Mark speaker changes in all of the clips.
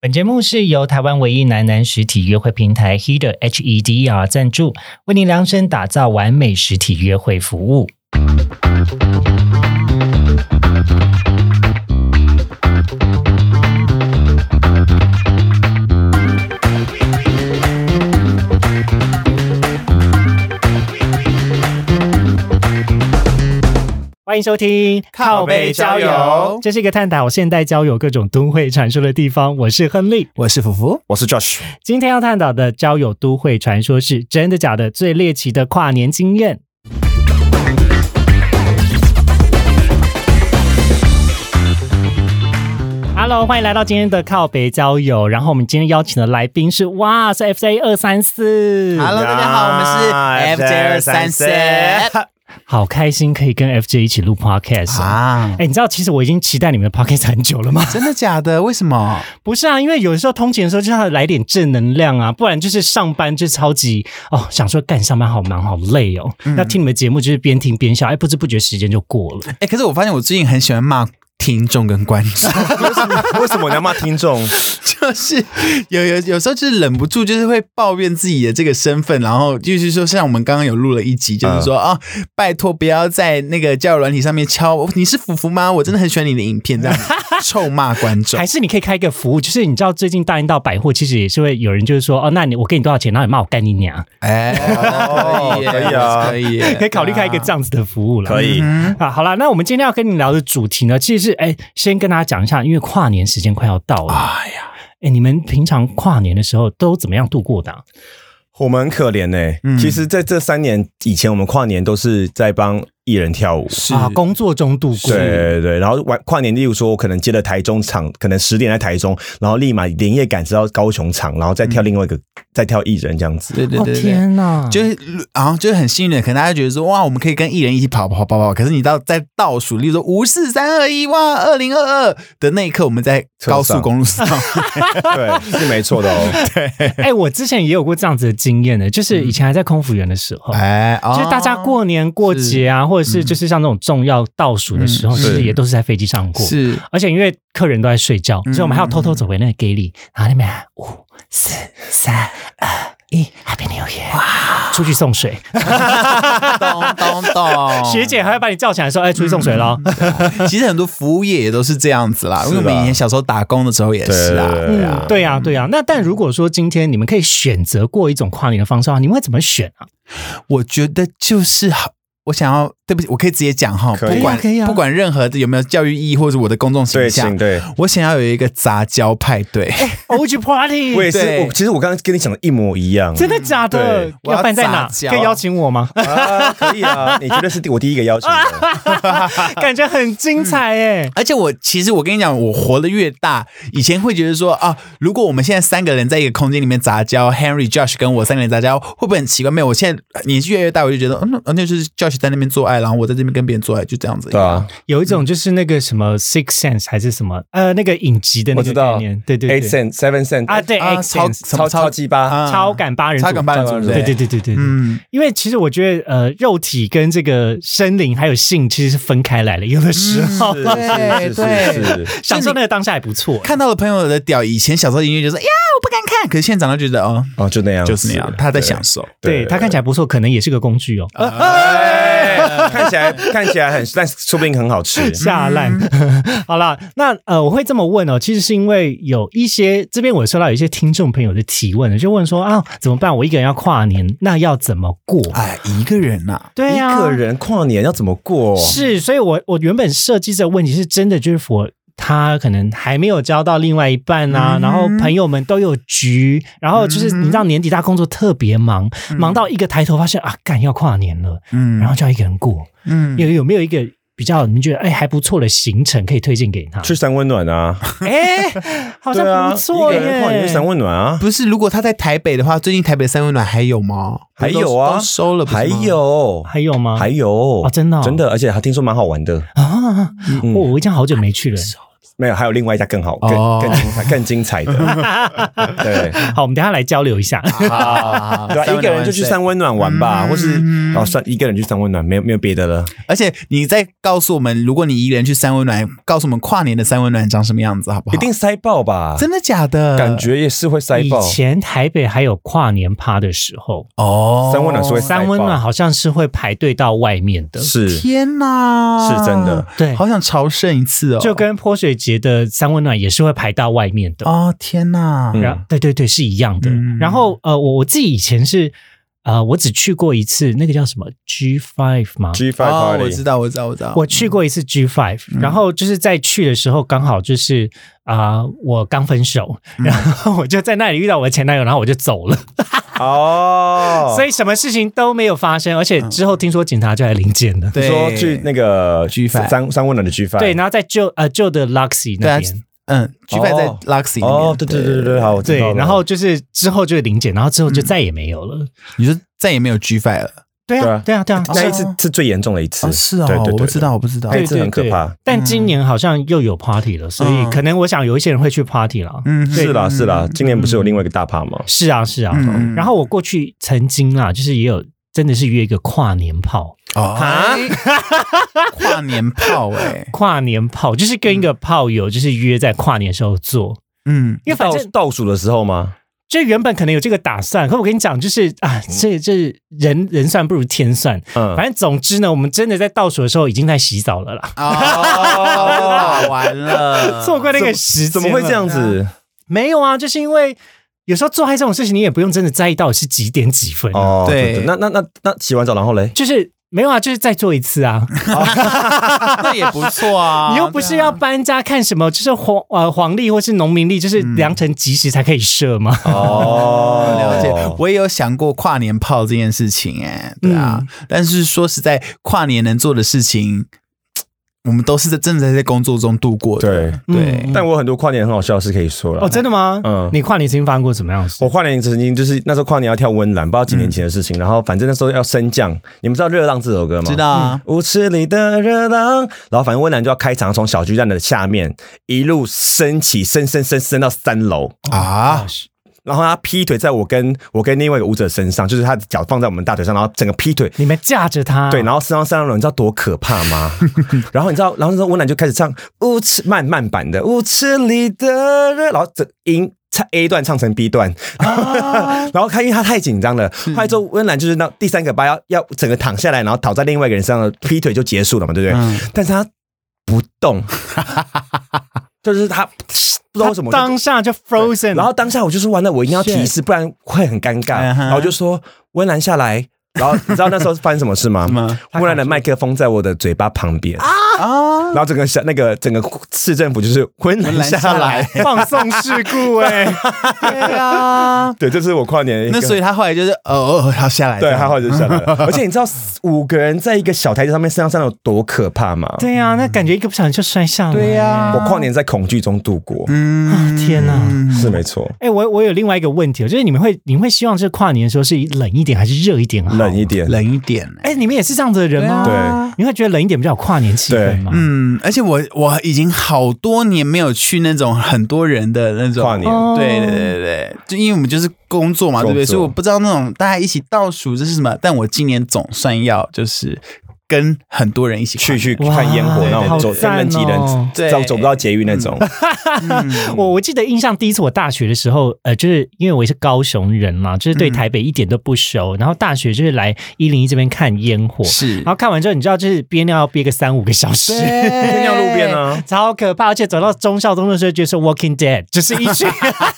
Speaker 1: 本节目是由台湾唯一男男实体约会平台 Heder H E D E R 赞助，为您量身打造完美实体约会服务。欢迎收听《
Speaker 2: 靠背交友
Speaker 1: 这是一个探讨现代交友各种都会传说的地方。我是亨利，
Speaker 2: 我是福福，我是 Josh。
Speaker 1: 今天要探讨的交友都会传说是真的假的？最猎奇的跨年经验。Hello，欢迎来到今天的靠北交友。然后我们今天邀请的来宾是哇，是 FJ 二三四
Speaker 3: Hello，大家好，我们是 FJ 二三四
Speaker 1: 好开心可以跟 FJ 一起录 Podcast 啊！
Speaker 3: 啊
Speaker 1: 哎、，你知道其实我已经期待你们的 Podcast 很久了吗？
Speaker 3: 真的假的？为什么？
Speaker 1: 不是啊，因为有时候通勤的时候就要来点正能量啊，不然就是上班就超级哦，想说干上班好忙好累哦。
Speaker 3: 嗯
Speaker 1: 那听你们节目就是边听边笑，哎，不知不觉时间就过了。
Speaker 3: 哎，可是我发现我最近很喜欢骂听众跟观众，
Speaker 2: 为什么你要骂听众？
Speaker 3: 就是有有有时候就是忍不住就是会抱怨自己的这个身份，然后就是说，像我们刚刚有录了一集，就是说啊、拜托不要在那个交友软体上面敲我，你是福福吗？我真的很喜欢你的影片，这 样臭骂观众
Speaker 1: 还。是你可以开一个服务，就是你知道最近大英道百货其实也是会有人就是说哦，那你我给你多少钱，然后你骂我干你 娘，
Speaker 3: 哎，
Speaker 2: 哦
Speaker 3: 可以耶
Speaker 2: 可以啊
Speaker 3: 可以耶，
Speaker 1: 可以考虑开一个这样子的服务了。
Speaker 2: 可以，
Speaker 3: 嗯
Speaker 1: 啊，好啦，那我们今天要跟你聊的主题呢，其实是哎，先跟大家讲一下，因为跨年时间快要到了，
Speaker 3: 哎呀，
Speaker 1: 哎，你们平常跨年的时候都怎么样度过的啊、
Speaker 2: 我们很可怜呢、
Speaker 3: 嗯
Speaker 2: 其实，在这三年以前，我们跨年都是在帮艺人跳舞。
Speaker 3: 是
Speaker 1: 啊，工作中度过。
Speaker 2: 对对对，然后晚跨年，例如说，我可能接了台中场，可能十点在台中，然后立马连夜赶直到高雄场，然后再跳另外一个，再跳艺人这样子。
Speaker 3: 对对
Speaker 1: 哦
Speaker 3: 对对。
Speaker 1: 天哪！
Speaker 3: 就是，然后就是很幸运的，可能大家觉得说，哇，我们可以跟艺人一起跑跑跑跑，可是你到在倒数，例如说五四三二一，哇，二零二二的那一刻，我们在高速公路上，
Speaker 2: 对，是没错的哦。
Speaker 1: 哎、我之前也有过这样子的经验呢，就是以前还在空服员的时候。
Speaker 3: 哎，哦
Speaker 1: 就是大家过年过节啊，或者是就是像那种重要倒数的时候，
Speaker 3: 嗯
Speaker 1: 其实
Speaker 2: 是
Speaker 1: 也都是在飞机上过。
Speaker 3: 是
Speaker 1: 而且因为客人都在睡觉，
Speaker 3: 嗯
Speaker 1: 所以我们还要偷偷走回那个 gay 里，然后那边喊五四三二一，Happy New Year，出去送水。
Speaker 3: 咚咚咚，
Speaker 1: 学姐还会把你叫起来说：“哎，出去送水喽。
Speaker 3: 其实很多服务业也都是这样子啦，因为我们以前小时候打工的时候也是啊，
Speaker 2: 对
Speaker 3: 对
Speaker 1: 嗯
Speaker 3: 啊，
Speaker 1: 对呀、对呀、那但如果说今天你们可以选择过一种跨年的方式的话，你们会怎么选啊？
Speaker 3: 我觉得就是好。我想要，对不起，我可以直接讲哈，
Speaker 2: 可以
Speaker 3: 不管
Speaker 1: 可以啊
Speaker 3: 不管任何的有没有教育意义，或者我的公众形
Speaker 2: 对，
Speaker 3: 象
Speaker 2: 请，对。
Speaker 3: 我想要有一个杂交派对。
Speaker 1: OG Party，
Speaker 2: 我也是，
Speaker 3: 对
Speaker 2: 我其实我刚刚跟你讲的一模一样。
Speaker 1: 真的假的
Speaker 2: 对？
Speaker 3: 嗯我要
Speaker 1: 要办在哪？
Speaker 3: 杂交
Speaker 1: 可以邀请我 吗？
Speaker 2: 啊，可以啊，你绝对是我第一个邀请的。
Speaker 1: 感觉很精彩哎！
Speaker 3: 而且我其实我跟你讲，我活得越大，以前会觉得说啊，如果我们现在三个人在一个空间里面杂交，Henry、Josh 跟我三个人杂交，会不会很奇怪？没有，我现在年纪越来越大，我就觉得，嗯，那那就是 Josh 在那边做爱，然后我在这边跟别人做爱，就这样子。
Speaker 2: 对啊
Speaker 1: 有一种就是那个什么 Six Sense 还是什么呃那个影集的那
Speaker 2: 我
Speaker 1: 个
Speaker 2: 知
Speaker 1: 概
Speaker 2: 道
Speaker 1: 念，对对对
Speaker 2: ，Eight Cent、Seven Cent
Speaker 1: 啊，对
Speaker 3: 啊
Speaker 1: Eight
Speaker 3: 超
Speaker 1: Sense
Speaker 3: 什么
Speaker 2: 超级八，
Speaker 3: 啊
Speaker 1: 超感八人组
Speaker 3: 超感八人组，
Speaker 1: 对对对对对对。
Speaker 3: 嗯，
Speaker 1: 因为其实我觉得，呃，肉体跟这个生灵还有性其实是分开来的，有的时
Speaker 3: 嗯
Speaker 1: 候、
Speaker 2: 是
Speaker 3: 对
Speaker 2: 是是是
Speaker 3: 对
Speaker 2: 是，
Speaker 1: 享受那个当下也不错。
Speaker 3: 看到了朋友的屌，以前小时候音乐就是哎呀，我不敢看，可是现在长大觉得哦，
Speaker 2: 哦，就那样子，
Speaker 3: 就是那样，他在享受。
Speaker 1: 对他看起来不错，可能也是个工具哦，
Speaker 3: 啊
Speaker 2: 哎，看起来看起来很，但是说不定很好吃。
Speaker 1: 下烂。
Speaker 3: 嗯
Speaker 1: 好啦，那呃，我会这么问哦，其实是因为有一些这边我收到有一些听众朋友的提问，就问说啊，怎么办？我一个人要跨年，那要怎么过？
Speaker 3: 哎，一个人呐、
Speaker 1: 对呀、
Speaker 2: 啊一个人哦跨年要怎么过？
Speaker 1: 是，所以我我原本设计这个问题是真的，就是佛他可能还没有交到另外一半啊，
Speaker 3: 嗯
Speaker 1: 然后朋友们都有局，然后就是你知道年底他工作特别忙，忙到一个抬头发现啊，干要跨年了，
Speaker 3: 嗯，
Speaker 1: 然后就要一个人过，
Speaker 3: 嗯，
Speaker 1: 有有没有一个？比较你们觉得哎还不错的行程可以推荐给他？
Speaker 2: 去三温暖啊，
Speaker 1: 哎、好
Speaker 2: 对
Speaker 1: 像
Speaker 2: 啊
Speaker 1: 不错
Speaker 2: 一
Speaker 1: 耶。
Speaker 2: 个人跨年去三温暖啊，
Speaker 3: 不是，如果他在台北的话，最近台北三温暖还有吗？
Speaker 2: 还有啊，
Speaker 3: 都收了，不是吗啊
Speaker 2: 还 有
Speaker 1: 还有吗？
Speaker 2: 还有
Speaker 1: 哦真的哦
Speaker 2: 真的，而且还听说蛮好玩的。
Speaker 1: 啊，
Speaker 2: 嗯哎啊
Speaker 1: 我我已经好久没去了。
Speaker 2: 没有，还有另外一家更好、更
Speaker 3: 哦
Speaker 2: 更精彩、更精彩的。 对
Speaker 1: 好，我们等一下来交流一下。
Speaker 2: 对
Speaker 3: 对
Speaker 2: 啊，一个人就去三温暖玩吧，
Speaker 3: 嗯
Speaker 2: 或是哦，算一个人去三温暖，没有没有别的了。
Speaker 3: 而且你再告诉我们，如果你一个人去三温暖，告诉我们跨年的三温暖长什么样子，好不好？
Speaker 2: 一定塞爆吧？
Speaker 3: 真的假的？
Speaker 2: 感觉也是会塞
Speaker 1: 以
Speaker 2: 爆。
Speaker 1: 前台北还有跨年趴的时候，
Speaker 3: 哦，
Speaker 2: 三温暖是会塞爆
Speaker 1: 三温暖好像是会排队到外面的，
Speaker 2: 是
Speaker 3: 天哪，
Speaker 2: 是真的，
Speaker 1: 对
Speaker 3: 好想朝圣一次哦，
Speaker 1: 就跟泼水节的三温暖也是会排到外面的。
Speaker 3: 哦天哪，
Speaker 2: 嗯
Speaker 1: 然后对对对，是一样的。
Speaker 3: 嗯
Speaker 1: 然后呃，我我自己以前是呃，我只去过一次，那个叫什么 G Five 吗？
Speaker 2: G Five
Speaker 3: 哦，我知
Speaker 2: Party，
Speaker 3: 道，我知道，我知道，
Speaker 1: 我去过一次 G Five，、然
Speaker 2: 嗯
Speaker 1: 后就是在去的时候刚好就是啊、我刚分手，
Speaker 2: 嗯
Speaker 1: 然后我就在那里遇到我的前男友，然后我就走了，
Speaker 2: 哦，
Speaker 1: 所以什么事情都没有发生，而且之后听说警察就来临检了。
Speaker 2: 你
Speaker 3: 对
Speaker 2: 说去那个
Speaker 3: G Five
Speaker 2: 三三温暖的 G Five，
Speaker 1: 对，然后在旧呃旧的 Luxy
Speaker 3: 对
Speaker 1: 那
Speaker 3: 啊
Speaker 1: 边，
Speaker 3: 嗯，G 派在
Speaker 2: 哦
Speaker 3: Luxy 里面
Speaker 2: 哦，对对对对对，好，我知道
Speaker 1: 对，
Speaker 2: 了嗯
Speaker 1: 然后就是之后就是临检，然后之后就再也没有了。
Speaker 3: 你说再也没有 G 派了，
Speaker 1: 对啊，对啊，对啊，
Speaker 2: 那一次是最严重的一次，
Speaker 3: 哦是哦
Speaker 2: 对对，对
Speaker 3: 我不知，道，我不知道
Speaker 2: 那，
Speaker 1: 对
Speaker 2: 一次很可怕。嗯
Speaker 1: 但今年好像又有 party 了，所以可能我想有一些人会去 party 了。
Speaker 3: 嗯，
Speaker 2: 对是啦是啦，今年不是有
Speaker 1: 嗯
Speaker 2: 另外一个大趴吗？
Speaker 1: 是啊，是啊。
Speaker 3: 嗯
Speaker 1: 然后我过去曾经啦，就是也有真的是约一个跨年炮，
Speaker 3: 哦，
Speaker 2: 啊
Speaker 3: 跨年炮哎，
Speaker 1: 跨年炮就是跟一个炮友就是约在跨年的时候做，
Speaker 3: 嗯，
Speaker 1: 因为反
Speaker 2: 倒
Speaker 1: 正
Speaker 2: 倒数的时候吗？
Speaker 1: 这原本可能有这个打算，可我跟你讲，就是啊，这这人人算不如天算。
Speaker 2: 嗯
Speaker 1: 反正总之呢，我们真的在倒数的时候已经在洗澡了啦，
Speaker 3: 哦，打完了，
Speaker 1: 错过那个时间
Speaker 2: 啊怎么会这样
Speaker 1: 了？
Speaker 2: 子？
Speaker 1: 没有啊，就是因为有时候做爱这种事情，你也不用真的在意到底是几点几分、啊、
Speaker 2: 哦，
Speaker 3: 对
Speaker 2: 那那那那洗完澡然后嘞？
Speaker 1: 就是没有啊，就是再做一次啊。
Speaker 3: 那也不错啊，
Speaker 1: 你又不是要搬家看什么，就是黄呃黄历或是农民历，就是良辰吉时才可以设吗？
Speaker 3: 啊
Speaker 2: 哦
Speaker 3: 了解，我也有想过跨年炮这件事情、哎，对啊，
Speaker 1: 嗯
Speaker 3: 但是说实在，跨年能做的事情，我们都是在正在在工作中度过的。
Speaker 2: 对，
Speaker 3: 对
Speaker 1: 嗯
Speaker 2: 但我有很多跨年很好笑的事可以说了。
Speaker 1: 哦，真的吗？
Speaker 2: 嗯
Speaker 1: 你跨年曾经发生过怎么样的事？
Speaker 2: 我跨年曾经就是那时候跨年要跳温岚，不知道几年前的事情。然后反正那时候要升降，你们知道《热浪》这首歌吗？
Speaker 3: 知。道啊，
Speaker 2: 舞池里的热浪，然后反正温岚就要开场，从小巨蛋的下面一路升起，升升升升到三楼，
Speaker 3: 啊，
Speaker 2: 嗯然后他劈腿在我跟我跟另外一个舞者身上，就是他的脚放在我们大腿上，然后整个劈腿，
Speaker 1: 你们架着他，
Speaker 2: 对，然后升到三楼，你知道多可怕吗？然后你知道，然后那时候温岚就开始唱舞池慢慢版的舞池里的热，然后整音唱 A 段唱成 B 段， 然后他因为他太紧张了，后来之后温岚就是那第三个八要要整个躺下来，然后倒在另外一个人身上的劈腿就结束了嘛，对不对？
Speaker 3: 嗯
Speaker 2: 但是他不 动，就是他不知道为什么就
Speaker 1: 当下就 frozen，
Speaker 2: 然后当下我就说完了，我一定要提示，不然会很尴尬。
Speaker 3: 嗯哼
Speaker 2: 然后我就说温岚下来。然后你知道那时候发生什么事吗
Speaker 3: 什么？
Speaker 2: 温岚的麦克风在我的嘴巴旁边啊，然后整个小那个整个市政府就是温岚
Speaker 3: 岚下
Speaker 2: 下
Speaker 3: 来
Speaker 2: 来，
Speaker 1: 放送事故哎、
Speaker 3: 对啊，
Speaker 2: 对，这是我跨年的一个。
Speaker 3: 那所以他后来就是哦哦，他下来，
Speaker 2: 对，他后来就下来 了。而且你知道五个人在一个小台阶上面升上三楼多可怕吗？
Speaker 1: 对呀、啊，那感觉一个不小心就摔下来。
Speaker 3: 对啊呀
Speaker 2: 我跨年在恐惧中度过，
Speaker 3: 嗯
Speaker 1: 啊天哪
Speaker 2: 是没错，
Speaker 1: 哎、我我有另外一个问题哦，就是你们会你们会希望是跨年的时候是冷一点还是热一点好？啊
Speaker 2: 冷一点，
Speaker 3: 冷一点、
Speaker 1: 哎、你们也是这样子的人吗？
Speaker 2: 对
Speaker 3: 啊
Speaker 1: 你会觉得冷一点比较有跨年气氛吗？
Speaker 3: 嗯，而且我我已经好多年没有去那种很多人的那种
Speaker 2: 跨年
Speaker 1: 哦
Speaker 3: 对对对对，就因为我们就是工作嘛，对不对？
Speaker 2: 工作
Speaker 3: 所以我不知道那种大家一起倒数这是什么，但我今年总算要就是跟很多人一起
Speaker 2: 去去
Speaker 1: 哇
Speaker 2: 看烟火那
Speaker 1: 好
Speaker 2: 种，走
Speaker 1: 赞
Speaker 2: 人挤
Speaker 1: 哦
Speaker 2: 人，
Speaker 3: 对
Speaker 2: 走走不到捷运 那种。
Speaker 3: 嗯
Speaker 1: 我我记得印象第一次我大学的时候，呃，就是因为我也是高雄人嘛，就是对
Speaker 3: 嗯
Speaker 1: 台北一点都不熟，然后大学就是来一零一这边看烟火，
Speaker 3: 是
Speaker 1: 然后看完之后，你知道就是憋尿要憋个三五个小时。
Speaker 3: 天
Speaker 2: 尿路边啊，
Speaker 1: 超可怕！而且走到忠孝东路的时候，就是 Walking Dead，就是一 群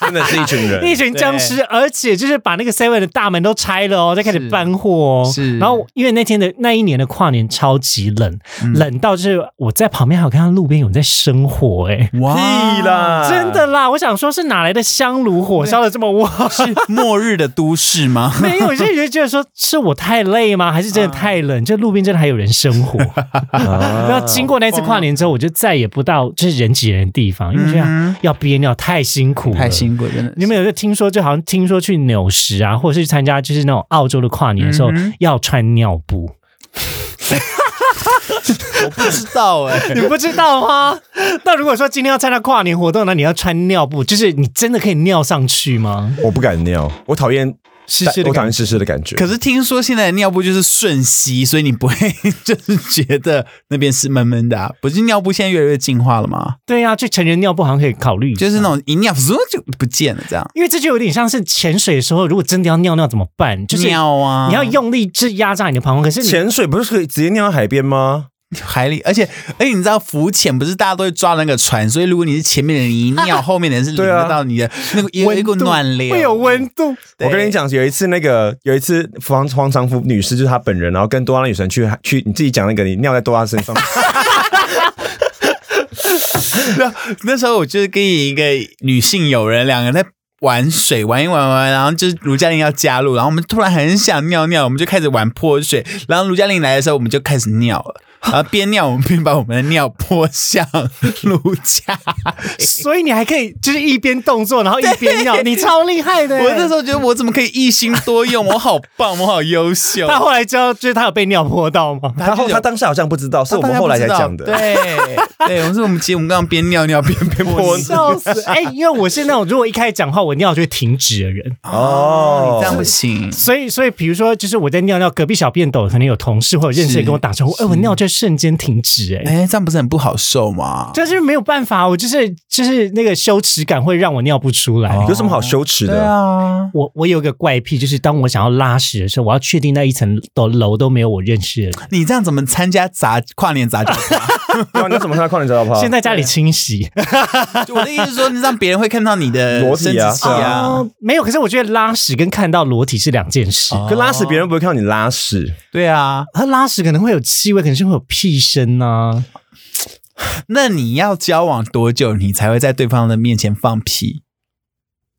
Speaker 2: 真的是一群 人，
Speaker 1: 一群僵尸，而且就是把那个 Seven 的大门都拆了哦，在开始
Speaker 3: 是
Speaker 1: 搬货哦。
Speaker 3: 是
Speaker 1: 然后因为那天的那一年的跨年超级冷，
Speaker 3: 嗯
Speaker 1: 冷到就是我在旁边还有看到路边有人在生火、哎、
Speaker 3: 哇
Speaker 2: 屁！ 啦，
Speaker 1: 真的啦！我想说，是哪来的香炉火烧的这么 旺？
Speaker 3: 是末日的都市吗？
Speaker 1: 没有，有些人就觉得说，是我太累吗？还是真的太冷？这路边真的还有人生 火。
Speaker 2: 啊
Speaker 1: 然后经过那次跨年之后，我就再也不到就是人挤人的地方，因为这样要憋尿 嗯太辛苦了。
Speaker 3: 太辛苦，真的。
Speaker 1: 你们有没有听说，就好像听说去纽什啊，或者是去参嗯加就是那种澳洲的跨年的时候、要穿尿布，
Speaker 3: 我不知道哎、
Speaker 1: 你不知道吗？ 那如果说今天要参加跨年活动，那你要穿尿布，就是你真的可以尿上去吗？
Speaker 2: 我不敢尿，我讨厌
Speaker 1: 湿湿的
Speaker 2: 我
Speaker 1: 感
Speaker 2: 讨厌湿湿的感觉。
Speaker 3: 可是听说现在的尿布就是瞬吸，所以你不会 就是觉得那边是闷闷的、啊。不是尿布现在越来越进化了吗？
Speaker 1: 对呀、啊，就成人尿布好像可以考虑一下，
Speaker 3: 就是那种一尿嗖就不见了这样。
Speaker 1: 因为这就有点像是潜水的时候，如果真的要尿尿怎么办？就是
Speaker 3: 尿啊，
Speaker 1: 你要用力去压榨你的膀胱，可是你
Speaker 2: 潜水不是可以直接尿到海边吗？
Speaker 3: 海里，而且而且你知道浮潜不是大家都会抓那个船，所以如果你是前面的人，你一 尿，后面的人是淋
Speaker 2: 对啊
Speaker 3: 得到你的那个有一股暖流，
Speaker 1: 会有温度。
Speaker 3: 对
Speaker 2: 我跟你讲，有一次那个有一次黄黄长福女士就是她本人，然后跟多拉女神去去你自己讲那个你尿在多拉身 上，
Speaker 3: 那 那时候我就是跟一个女性友人，两个人在玩水，玩一玩玩玩，然后就是卢嘉玲要加入，然后我们突然很想尿尿，我们就开始玩泼水，然后卢嘉玲来的时候，我们就开始尿 了。然后边尿，我们边把我们的尿泼向卢嘉。
Speaker 1: 所以你还可以就是一边动作，然后一边尿，你超厉害的耶。
Speaker 3: 我那时候觉得我怎么可以一心多用？我好棒，我好优 秀。
Speaker 1: 他后来知道，就是他有被尿泼到吗？
Speaker 2: 然后她当时好像不知
Speaker 3: 啊
Speaker 2: 道，是我们后来才讲的。
Speaker 3: 对 对，我们是我们其实我们刚刚边尿尿边边
Speaker 2: 哦
Speaker 3: 泼
Speaker 1: 我 笑死！哎、因为我是那种如果一开始讲话我尿就会停止的人，
Speaker 2: 哦
Speaker 3: 哦，这样不行。
Speaker 1: 所以所以比如说就是我在尿尿，隔壁小便斗可能有同事或者认识
Speaker 3: 是
Speaker 1: 人跟我打招呼，哎、我尿就瞬间停止、哎。
Speaker 3: 哎，这样不是很不好受吗？
Speaker 1: 但是没有办法，我就是就是那个羞耻感会让我尿不出来。
Speaker 2: 有什么好羞耻
Speaker 3: 对
Speaker 2: 的？
Speaker 3: 啊，
Speaker 1: 我我有一个怪癖，就是当我想要拉屎的时候，我要确定那一层楼楼都没有我认识的人。
Speaker 3: 你这样怎么参加杂跨年 杂交？
Speaker 2: 对啊，你要怎么看到跨年早跑？
Speaker 1: 现在家里清洗，
Speaker 3: 就我的意思是说，你让别人会看到你的
Speaker 2: 裸体啊
Speaker 3: 生殖器啊，
Speaker 1: 哦没有。可是我觉得拉屎跟看到裸体是两件事。
Speaker 3: 哦
Speaker 2: 可拉屎别人不会看到你拉屎，
Speaker 3: 对啊。
Speaker 1: 他拉屎可能会有气味，可能是会有屁声啊呐、
Speaker 3: 那你要交往多久，你才会在对方的面前放屁？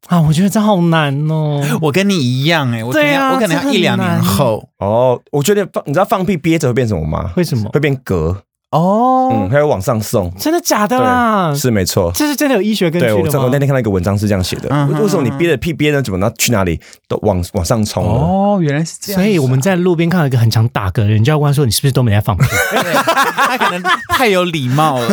Speaker 1: 啊！我觉得这好难哦。
Speaker 3: 我跟你一样哎、我可能
Speaker 1: 对
Speaker 3: 要、
Speaker 1: 啊
Speaker 3: 我可
Speaker 1: 这
Speaker 3: 能要
Speaker 1: 很
Speaker 3: 一两年
Speaker 1: 难
Speaker 3: 后
Speaker 2: 哦，我觉得放你知道放屁憋着会变什么吗？
Speaker 1: 为什么？
Speaker 2: 会变嗝，
Speaker 3: 哦。
Speaker 2: 嗯，还有往上送，
Speaker 1: 真的假的啦？
Speaker 2: 是没错。
Speaker 1: 啊这是真的有医学根
Speaker 2: 对我
Speaker 1: 据
Speaker 2: 在
Speaker 1: 的
Speaker 2: 我
Speaker 1: 吗
Speaker 2: 那？天看到一个文章是这样写的
Speaker 3: 嗯，哼
Speaker 2: 为什么你憋着屁憋着怎么到去哪里都往往上冲了？
Speaker 3: 哦，原来是这样子啊、
Speaker 1: 所以我们在路边看到一个很常打嗝的人，就要问他说：“你是不是都没在放屁
Speaker 3: 对他可能太有礼貌 了，？”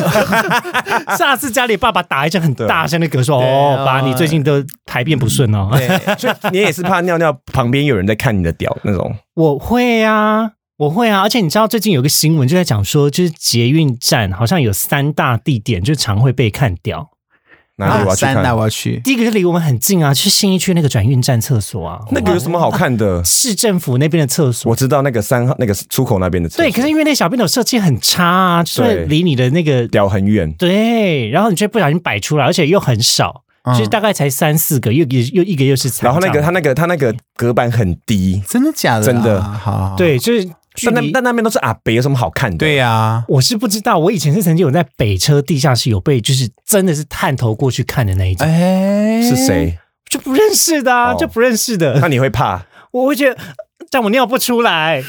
Speaker 1: 下次家里爸爸打一阵很大声的嗝，说：“
Speaker 3: 对
Speaker 1: 哦
Speaker 3: 啊，
Speaker 1: 爸，你最近都排便不顺哦。
Speaker 3: 对，
Speaker 2: 所以你也是怕尿尿旁边有人在看你的屌那种。”
Speaker 1: 我会啊，我会啊。而且你知道最近有个新闻就在讲说，就是捷运站好像有三大地点，就常会被看掉。
Speaker 2: 哪里我要去
Speaker 3: 啊三
Speaker 2: 看
Speaker 3: 大？我要去，
Speaker 1: 第一个是离我们很近啊，去信义区那个转运站厕所啊，
Speaker 2: 那个有什么好看的？
Speaker 1: 市政府那边的厕所。
Speaker 2: 我知道那个三号那个出口那边的厕所，
Speaker 1: 对，可是因为那小便斗设计很差啊，所以
Speaker 2: 对
Speaker 1: 离你的那个
Speaker 2: 屌很远，
Speaker 1: 对，然后你却不小心摆出来，而且又很少，
Speaker 3: 嗯
Speaker 1: 就是大概才三四个，又又又一个又是残
Speaker 2: 然
Speaker 1: 障
Speaker 2: 后那个他那个他那个隔板很低，
Speaker 3: 真的假的、啊？
Speaker 2: 真的
Speaker 3: 好好好
Speaker 1: 对，就是距
Speaker 2: 但那
Speaker 1: 离。
Speaker 2: 但那边都是阿北，有什么好看的？
Speaker 3: 对呀、
Speaker 1: 我是不知道，我以前是曾经有在北车地下室有被，就是真的是探头过去看的那一种，
Speaker 3: 哎，
Speaker 2: 是？谁？
Speaker 1: 就不认识的、啊，
Speaker 2: 哦
Speaker 1: 就不认识的，
Speaker 2: 那你会怕？
Speaker 1: 我会觉得，呃但我尿不出 来，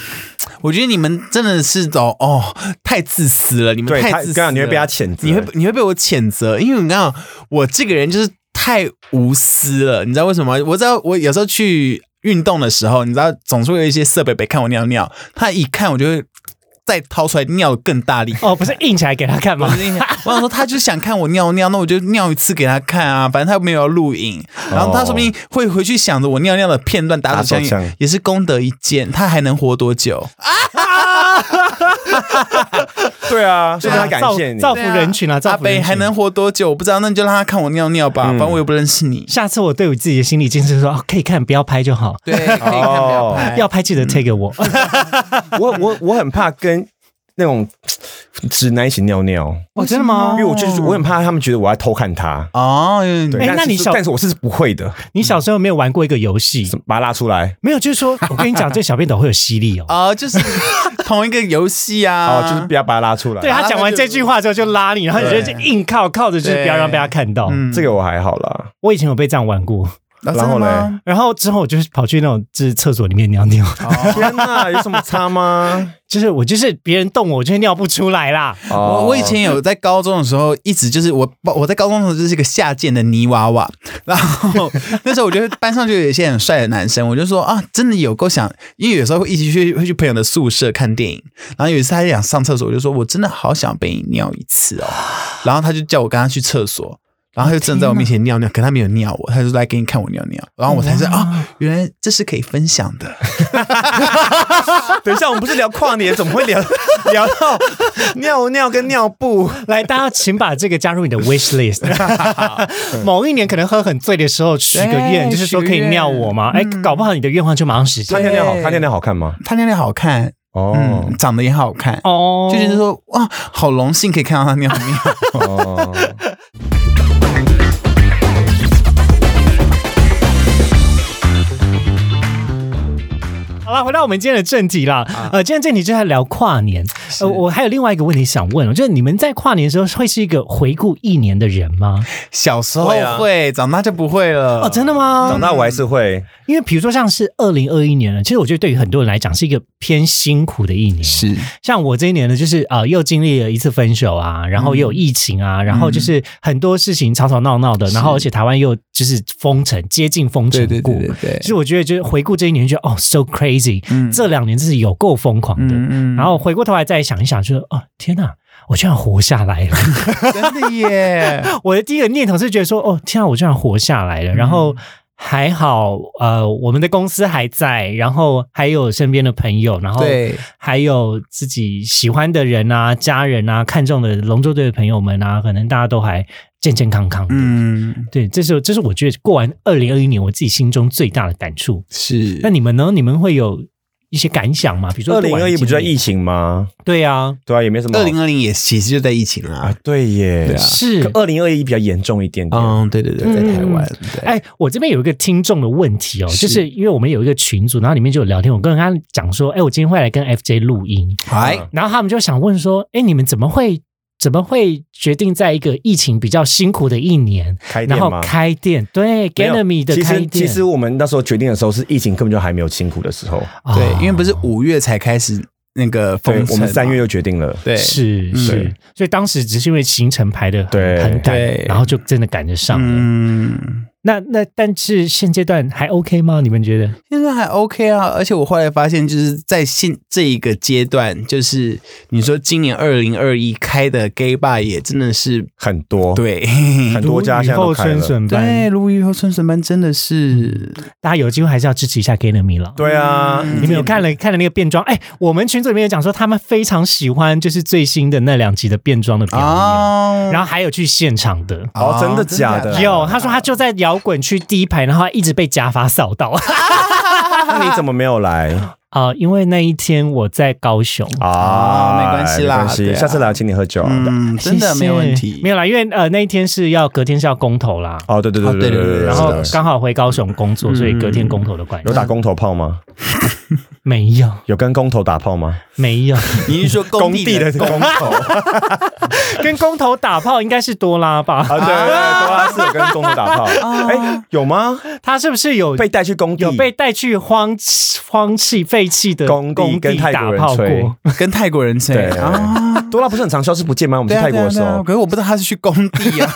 Speaker 3: 我觉得你们真的是走哦，太自私了，你们
Speaker 2: 对他，
Speaker 3: 太自
Speaker 2: 刚
Speaker 3: 私了。
Speaker 2: 刚你会被他谴责，欸
Speaker 3: 你会你会被我谴责，因为你看我这个人就是太无私了，你知道为什么吗？我知道我有时候去运动的时候，你知道总是会有一些设备北看我尿尿，他一看我就会再掏出来尿得更大力。
Speaker 1: 哦，不是硬起来给他看吗
Speaker 3: 我？就心想我想说，他就是想看我尿尿，那我就尿一次给他看啊，反正他没有要录影，然后他说不定会回去想着我尿尿的片段打手
Speaker 2: 哦打手
Speaker 3: 枪
Speaker 2: 枪，
Speaker 3: 也是功德一件，他还能活多久？
Speaker 2: 对啊，所以他感
Speaker 1: 造
Speaker 2: 谢你。
Speaker 1: 造福
Speaker 3: 对啊
Speaker 1: 人群啊，造
Speaker 3: 阿
Speaker 1: 福人
Speaker 3: 北
Speaker 1: 群
Speaker 3: 还能活多久？我不知道，那你就让他看我尿尿吧，反正我又不认识你。
Speaker 1: 下次我对我自己的心理建设说，哦，可以看，不要拍就好，
Speaker 3: 对，可以看不要拍。
Speaker 1: 要拍记得推给 我。呃
Speaker 2: 我我我很怕跟那种直男一起尿尿，
Speaker 1: 哦，真的吗
Speaker 2: 因为？我就是我很怕他们觉得我在偷看他。
Speaker 3: 哦，有
Speaker 2: 对，
Speaker 3: 点
Speaker 1: 哎
Speaker 2: 但是
Speaker 1: 那你小
Speaker 2: 但是我是不会的，
Speaker 1: 你小时候有没有玩过一个游戏？
Speaker 2: 怎么把他拉出来
Speaker 1: 没有，就是 说我跟你讲，这小便斗会有吸力哦。
Speaker 3: 哦，就是 同一个游戏啊，
Speaker 2: 哦，就是不要把他拉出来。
Speaker 1: 对啊他讲完这句话之后就拉你，然后你就硬靠靠着，就是不要让被他看到。
Speaker 3: 嗯
Speaker 2: 这个我还好啦，
Speaker 1: 我以前有被这样玩过，
Speaker 3: 哦
Speaker 2: 然后嘞？
Speaker 1: 然后之后我就是跑去那种就是厕所里面尿尿，
Speaker 3: 真的吗哦
Speaker 2: 天哪，有什么差吗？
Speaker 1: 就是我就是别人动我，我就会尿不出来啦。
Speaker 2: 哦
Speaker 3: 我我以前有在高中的时候，一直就是我我在高中的时候就是一个下贱的泥娃 娃，然后那时候我觉得班上就有一些很帅的男生，我就说啊，真的有够想，因为有时候会一起去会去朋友的宿舍看电影，然后有一次他就想上厕所，我就说我真的好想被你尿一次哦， 然后他就叫我跟他去厕所。然后他就站在我面前尿尿，可他没有尿我，他就来给你看我尿尿，然后我才知道啊，原来这是可以分享的。
Speaker 2: 等一下，我们不是聊跨年，怎么会聊聊到尿尿跟尿布？
Speaker 1: 来，大家请把这个加入你的 wish list。某一年可能喝很醉的时候许个愿，
Speaker 3: 对
Speaker 1: 就是说可以尿我吗？哎，搞不好你的愿望就马上实
Speaker 2: 他
Speaker 1: 现
Speaker 2: 尿尿好，他尿尿好看吗？
Speaker 3: 他尿尿好看，
Speaker 2: 哦
Speaker 3: 嗯，长得也好看，
Speaker 1: 哦。
Speaker 3: 就觉得说哇，好荣幸可以看到他尿尿。
Speaker 2: 哦，
Speaker 1: 好了，回到我们今天的正题啦。呃，今天正题就在聊跨年。呃，我还有另外一个问题想问哦，就是你们在跨年的时候会是一个回顾一年的人吗？
Speaker 3: 小时候
Speaker 2: 会啊
Speaker 3: 会，长大就不会了。
Speaker 1: 哦，真的
Speaker 2: 长
Speaker 1: 吗？
Speaker 2: 大我还是会，
Speaker 1: 因为比如说像是二零二一年了，其实我觉得对于很多人来讲是一个偏辛苦的一年。
Speaker 3: 是
Speaker 1: 像我这一年呢，就是呃，又经历了一次分手啊，然后又
Speaker 3: 嗯
Speaker 1: 有疫情啊，然后就是很多事情吵吵闹闹的，然后而且台湾又就是封城，接近封城
Speaker 3: 对
Speaker 1: 过。
Speaker 3: 对对对对
Speaker 1: 其，实我觉得，就是回顾这一年，觉得哦，so crazy，、
Speaker 3: 嗯
Speaker 1: 这两年真是有够疯狂的。
Speaker 3: 嗯
Speaker 1: 然后回过头来再想一想，就是哦，天哪，我居然活下来了！
Speaker 3: 嗯真的 耶，
Speaker 1: 我的第一个念头是觉得说，哦，天啊，我居然活下来了。然
Speaker 3: 嗯
Speaker 1: 后还好，呃，我们的公司还在，然后还有身边的朋友，然后
Speaker 3: 对
Speaker 1: 还有自己喜欢的人啊、家人啊、看中的龙舟队的朋友们啊，可能大家都还健健康康的。
Speaker 3: 嗯
Speaker 1: 对，这是这是我觉得过完二零二一年我自己心中最大的感触。
Speaker 3: 是。
Speaker 1: 那你们呢？你们会有一些感想吗？比如说
Speaker 2: 二零二一不就在疫
Speaker 1: 情？
Speaker 2: 情吗？
Speaker 1: 对啊，
Speaker 2: 对啊，也没什么好。
Speaker 3: 二零二零也其实就在疫情啦
Speaker 2: 啊，，对耶，
Speaker 3: 对啊
Speaker 1: 是
Speaker 2: 二零二一比较严重一点点。
Speaker 3: 嗯，对对对，在台湾，对，
Speaker 1: 哎，我这边有一个听众的问题哦，
Speaker 3: 是
Speaker 1: 就是因为我们有一个群组，然后里面就有聊天，我跟他讲说，哎，我今天会来跟 FJ 录音，
Speaker 3: 哎，
Speaker 1: 然后他们就想问说，哎，你们怎么会怎么会决定在一个疫情比较辛苦的一年，
Speaker 2: 开店
Speaker 1: 然后
Speaker 2: 吗？
Speaker 1: 开店？对
Speaker 2: 没有
Speaker 1: ，Ganemy 的
Speaker 2: 其
Speaker 1: 开
Speaker 2: 实
Speaker 1: 店，
Speaker 2: 其实我们那时候决定的时候是疫情根本就还没有清苦的时候，
Speaker 1: 啊
Speaker 3: 对，因为不是五月才开始那个
Speaker 2: 对
Speaker 3: 封，城嘛，
Speaker 2: 我们三月就决定了。
Speaker 3: 对
Speaker 1: 是
Speaker 3: 嗯
Speaker 1: 是
Speaker 2: 对，
Speaker 1: 所以当时只是因为行程排的
Speaker 2: 对
Speaker 1: 很赶
Speaker 3: 对，
Speaker 1: 然后就真的赶得上了。
Speaker 3: 嗯，
Speaker 1: 那那但是现阶段还 OK 吗？你们觉得？
Speaker 3: 现在还 OK 啊，而且我后来发现，就是在现这一个阶段，就是你说今年二零二一开的 gay bar 也真的是
Speaker 2: 很多，
Speaker 3: 对，
Speaker 2: 很多家现在都
Speaker 1: 后
Speaker 2: 开
Speaker 1: 孙
Speaker 2: 了。
Speaker 1: 笋
Speaker 3: 对，
Speaker 1: 班，
Speaker 3: 如雨后春笋般真的是，
Speaker 1: 大家有机会还是要支持一下 Ganemy 了。
Speaker 2: 对啊，
Speaker 3: 嗯
Speaker 1: 你们有看了看了那个变装？哎、我们群组里面有讲说，他们非常喜欢就是最新的那两集的变装的表演，
Speaker 2: 啊
Speaker 3: 哦
Speaker 1: 然后还有去现场的。
Speaker 2: 哦真的假的啊
Speaker 1: 有，他说他就在摇滚区第一排，然后他一直被假发扫到
Speaker 2: 那你怎么没 有来
Speaker 1: 啊、因为那一天我在高雄，
Speaker 2: 啊？
Speaker 3: 没关系啦
Speaker 2: 没关系
Speaker 3: 对啊
Speaker 2: 下次来我请你喝酒。
Speaker 3: 嗯，真的
Speaker 1: 谢谢
Speaker 3: 没有问题，
Speaker 1: 没有啦，因为呃那一天是要隔天是要公投啦，
Speaker 2: 哦，对对
Speaker 3: 哦
Speaker 2: 对
Speaker 3: 对对
Speaker 2: 对
Speaker 3: 对
Speaker 2: 对，
Speaker 1: 然后
Speaker 2: 是的
Speaker 1: 刚好回高雄工
Speaker 2: 嗯
Speaker 1: 作，所以隔天公投的关
Speaker 2: 有
Speaker 1: 系
Speaker 2: 打工头炮吗？
Speaker 1: 没有
Speaker 2: 有跟工头打炮吗？
Speaker 1: 没有，
Speaker 3: 你是说工地的
Speaker 2: 工 头
Speaker 1: 跟公投打炮应该是多拉吧？
Speaker 2: 啊，对对对，多拉是有跟工头打炮。哎，有吗？
Speaker 1: 他是不是有
Speaker 2: 被带去工地，
Speaker 1: 有被带去荒荒弃废弃的
Speaker 2: 工地
Speaker 1: 工
Speaker 2: 跟泰
Speaker 1: 打
Speaker 2: 国人
Speaker 1: 炮
Speaker 2: 吹
Speaker 1: 过？
Speaker 3: 跟泰国人吹
Speaker 2: 对
Speaker 3: 啊？
Speaker 2: 多拉不是很常消失不见吗？我们
Speaker 3: 对啊
Speaker 2: 去泰国的时
Speaker 3: 对啊对
Speaker 2: 候
Speaker 3: 啊，可是我不知道他是去工地啊，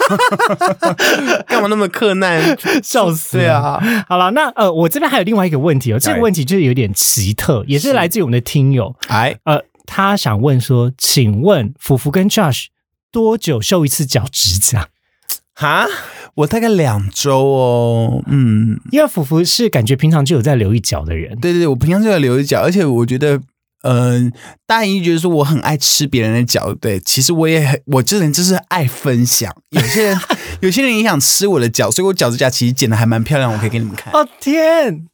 Speaker 3: 干嘛那么克难？
Speaker 1: 笑死！
Speaker 3: 对！啊，
Speaker 1: 好了，那呃，我这边还有另外一个问题哦，这个
Speaker 2: 哎
Speaker 1: 问题就是有点奇特，也是来自于我们的听友，
Speaker 3: 哎，
Speaker 1: 呃，他想问说，请问福福跟 Josh 多久修一次脚指甲？
Speaker 3: 嗯
Speaker 2: 哈，
Speaker 3: 我大概两周哦，嗯，
Speaker 1: 因为福福是感觉平常就有在留意脚的人，
Speaker 3: 对对对，我平常就有留一脚，而且我觉得。嗯、大家一定觉得说我很爱吃别人的脚，对，其实我也很，我这人就是爱分享。有些人，有些人也想吃我的脚，所以我脚趾甲其实剪的还蛮漂亮，我可以给你们看。
Speaker 1: 哦天！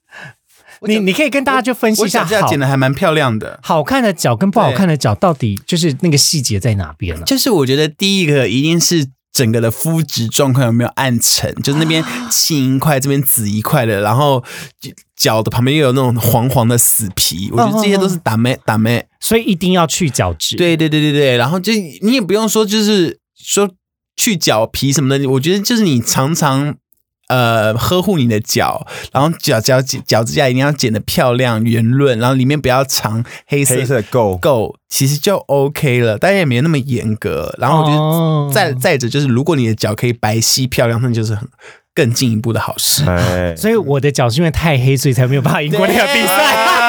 Speaker 1: 你
Speaker 3: 脚
Speaker 1: 你可以跟大家就分析
Speaker 3: 我
Speaker 1: 一下
Speaker 3: 脚趾甲
Speaker 1: 好
Speaker 3: 剪的还蛮漂亮的，
Speaker 1: 好看的脚跟不好看的脚到底就是那个细节在哪边呢、
Speaker 3: 就是我觉得第一个一定是整个的肤质状况有没有暗沉，就是那边
Speaker 2: 啊
Speaker 3: 青一块，这边紫一块的，然后脚的旁边又有那种黄黄的死皮，我
Speaker 2: 嗯
Speaker 3: 觉得这些都是打妹打妹。
Speaker 1: 所以一定要去角质。
Speaker 3: 对对对对对，然后就你也不用说，就是说去脚皮什么的，我觉得就是你常常。呃呵护你的脚，然后脚脚脚趾甲一定要剪得漂亮圆润，然后里面不要藏黑色
Speaker 2: 黑色 够
Speaker 3: 够，其实就 OK 了，大家也没有那么严格。然后我觉
Speaker 1: 哦
Speaker 3: 得再、再者就是，如果你的脚可以白皙漂亮，那就是很更进一步的好事。
Speaker 2: 哎，
Speaker 1: 所以我的脚是因为太黑，所以才没有办法赢过那个比赛。
Speaker 3: 啊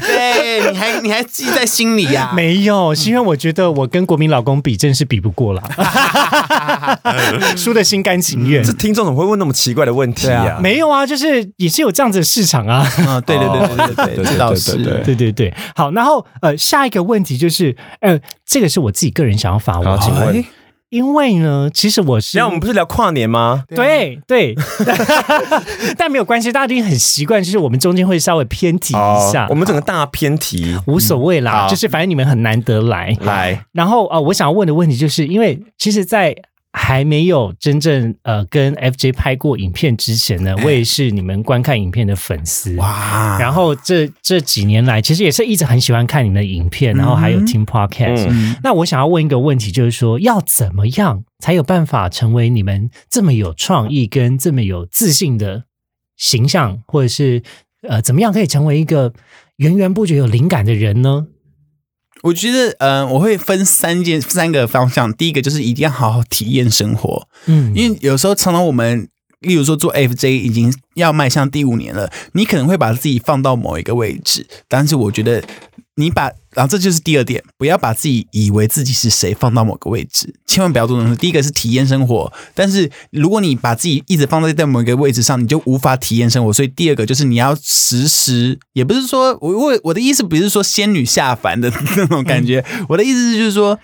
Speaker 3: 对，你还你还记在心里呀、
Speaker 1: 没有，是因为我觉得我跟国民老公比，真是比不过 啦， 输的心甘情愿
Speaker 2: 这。听众怎么会问那么奇怪的问题
Speaker 3: 对
Speaker 2: 呀、
Speaker 3: 啊
Speaker 1: 没有啊，就是也是有这样子的市场 啊。
Speaker 3: 啊，对对对对对
Speaker 2: 对
Speaker 3: 对，
Speaker 2: 对
Speaker 3: 这倒
Speaker 2: 对
Speaker 3: 是
Speaker 2: 对对
Speaker 1: 对对对，好，然后呃，下一个问题就是，呃，这个是我自己个人想要发
Speaker 2: 好，
Speaker 1: 问，
Speaker 2: 请问，
Speaker 1: 因为呢，其实我是
Speaker 2: 哎那我们不是聊跨年吗？
Speaker 1: 对对， 但没有关系，大家一定很习惯，就是我们中间会稍微偏题一下，
Speaker 2: 哦我们整个大偏题
Speaker 1: 无所谓啦，
Speaker 2: 好
Speaker 1: 就是反正你们很难得来。
Speaker 2: 来，
Speaker 1: 然后呃，我想要问的问题就是，因为其实，在还没有真正呃跟 FJ 拍过影片之前 呢，我也是你们观看影片的粉丝。
Speaker 3: 哇，
Speaker 1: 然后这这几年来，其实也是一直很喜欢看你们的影片，然后还有听 podcast。
Speaker 2: 嗯
Speaker 3: 嗯
Speaker 1: 那我想要问一个问题，就是说，要怎么样才有办法成为你们这么有创意跟这么有自信的形象，或者是呃，怎么样可以成为一个源源不绝有灵感的人呢？
Speaker 3: 我觉得，嗯、我会分三件三个方向。第一个就是一定要好好体验生活，
Speaker 1: 嗯，
Speaker 3: 因为有时候常常我们，例如说做 FJ 已经要迈向第五年了，你可能会把自己放到某一个位置，但是我觉得你把，然后这就是第二点，不要把自己以为自己是谁放到某个位置，千万不要做这种事。第一个是体验生活，但是如果你把自己一直放在在某一个位置上，你就无法体验生活。所以第二个就是你要时时，也不是说我我我的意思不是说仙女下凡的那种感觉，我的意思是就是说。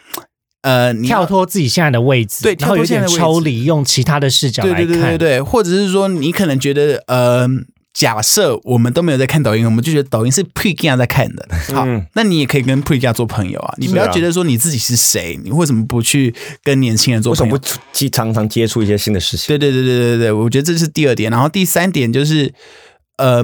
Speaker 3: 呃，你要
Speaker 1: 跳脱自己现在的位置，
Speaker 3: 对
Speaker 1: 然后有点
Speaker 3: 跳脱现在的位
Speaker 1: 抽
Speaker 3: 置
Speaker 1: 离，用其他的视角来
Speaker 3: 对
Speaker 1: 看。
Speaker 3: 对对对对，或者是说你可能觉得呃。假设我们都没有在看抖音，我们就觉得抖音是 Pre g a 在看的。好，
Speaker 2: 嗯
Speaker 3: 那你也可以跟 Pre g a 做朋友啊。你不
Speaker 2: 是啊
Speaker 3: 要觉得说你自己是谁，你为什么不去跟年轻人做
Speaker 2: 为什
Speaker 3: 朋
Speaker 2: 么
Speaker 3: 友
Speaker 2: 不？去常常接触一些新的事情？
Speaker 3: 对对对对对对，我觉得这是第二点。然后第三点就是，呃，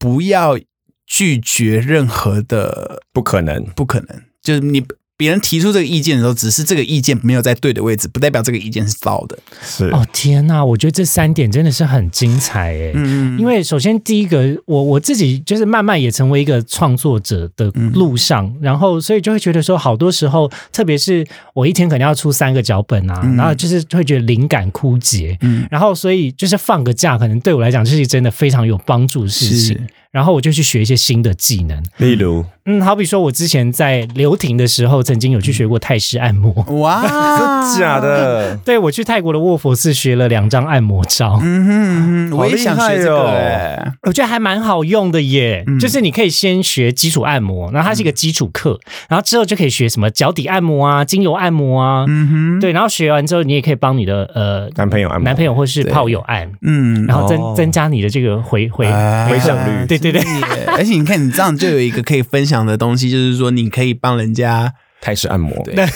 Speaker 3: 不要拒绝任何的
Speaker 2: 不可能，
Speaker 3: 不可能，就是你别人提出这个意见的时候，只是这个意见没有在对的位置，不代表这个意见是糟的。
Speaker 2: 是
Speaker 1: 哦天呐，我觉得这三点真的是很精彩哎。
Speaker 3: 嗯
Speaker 1: 因为首先第一个，我我自己就是慢慢也成为一个创作者的路上，
Speaker 3: 嗯
Speaker 1: 然后所以就会觉得说，好多时候，特别是我一天可能要出三个脚本啊，然后就是会觉得灵感枯竭，
Speaker 3: 嗯
Speaker 1: 然后所以就是放个假，可能对我来讲就是真的非常有帮助的事情
Speaker 3: 是。
Speaker 1: 然后我就去学一些新的技能，
Speaker 2: 例如，
Speaker 1: 嗯，好比说我之前在留停的时候，曾经有去学过泰式按摩，
Speaker 3: 哦哇，
Speaker 2: 真假 的，
Speaker 1: 对我去泰国的卧佛寺学了两张按摩招，
Speaker 3: 嗯哼嗯哼，
Speaker 2: 好
Speaker 3: 我也
Speaker 2: 厉
Speaker 3: 想
Speaker 2: 害
Speaker 3: 学这个、
Speaker 2: 哦
Speaker 3: 欸。
Speaker 1: 我觉得还蛮好用的耶，
Speaker 2: 嗯
Speaker 1: 就是你可以先学基础按摩，然后它是一个基础课，然后之后就可以学什么脚底按摩啊、精油按摩啊，
Speaker 3: 嗯哼，
Speaker 1: 对，然后学完之后你也可以帮你的呃
Speaker 2: 男朋友按摩，
Speaker 1: 男朋友或是炮友按，
Speaker 3: 嗯，
Speaker 1: 然后增、
Speaker 2: 哦哎
Speaker 1: 增加你的这个回回
Speaker 3: 啊
Speaker 1: 回
Speaker 2: 响率
Speaker 1: 对对对，
Speaker 3: 真的耶 而且你看，你这样就有一个可以分享的东西，就是说你可以帮人家，
Speaker 2: 泰式按摩，
Speaker 3: 对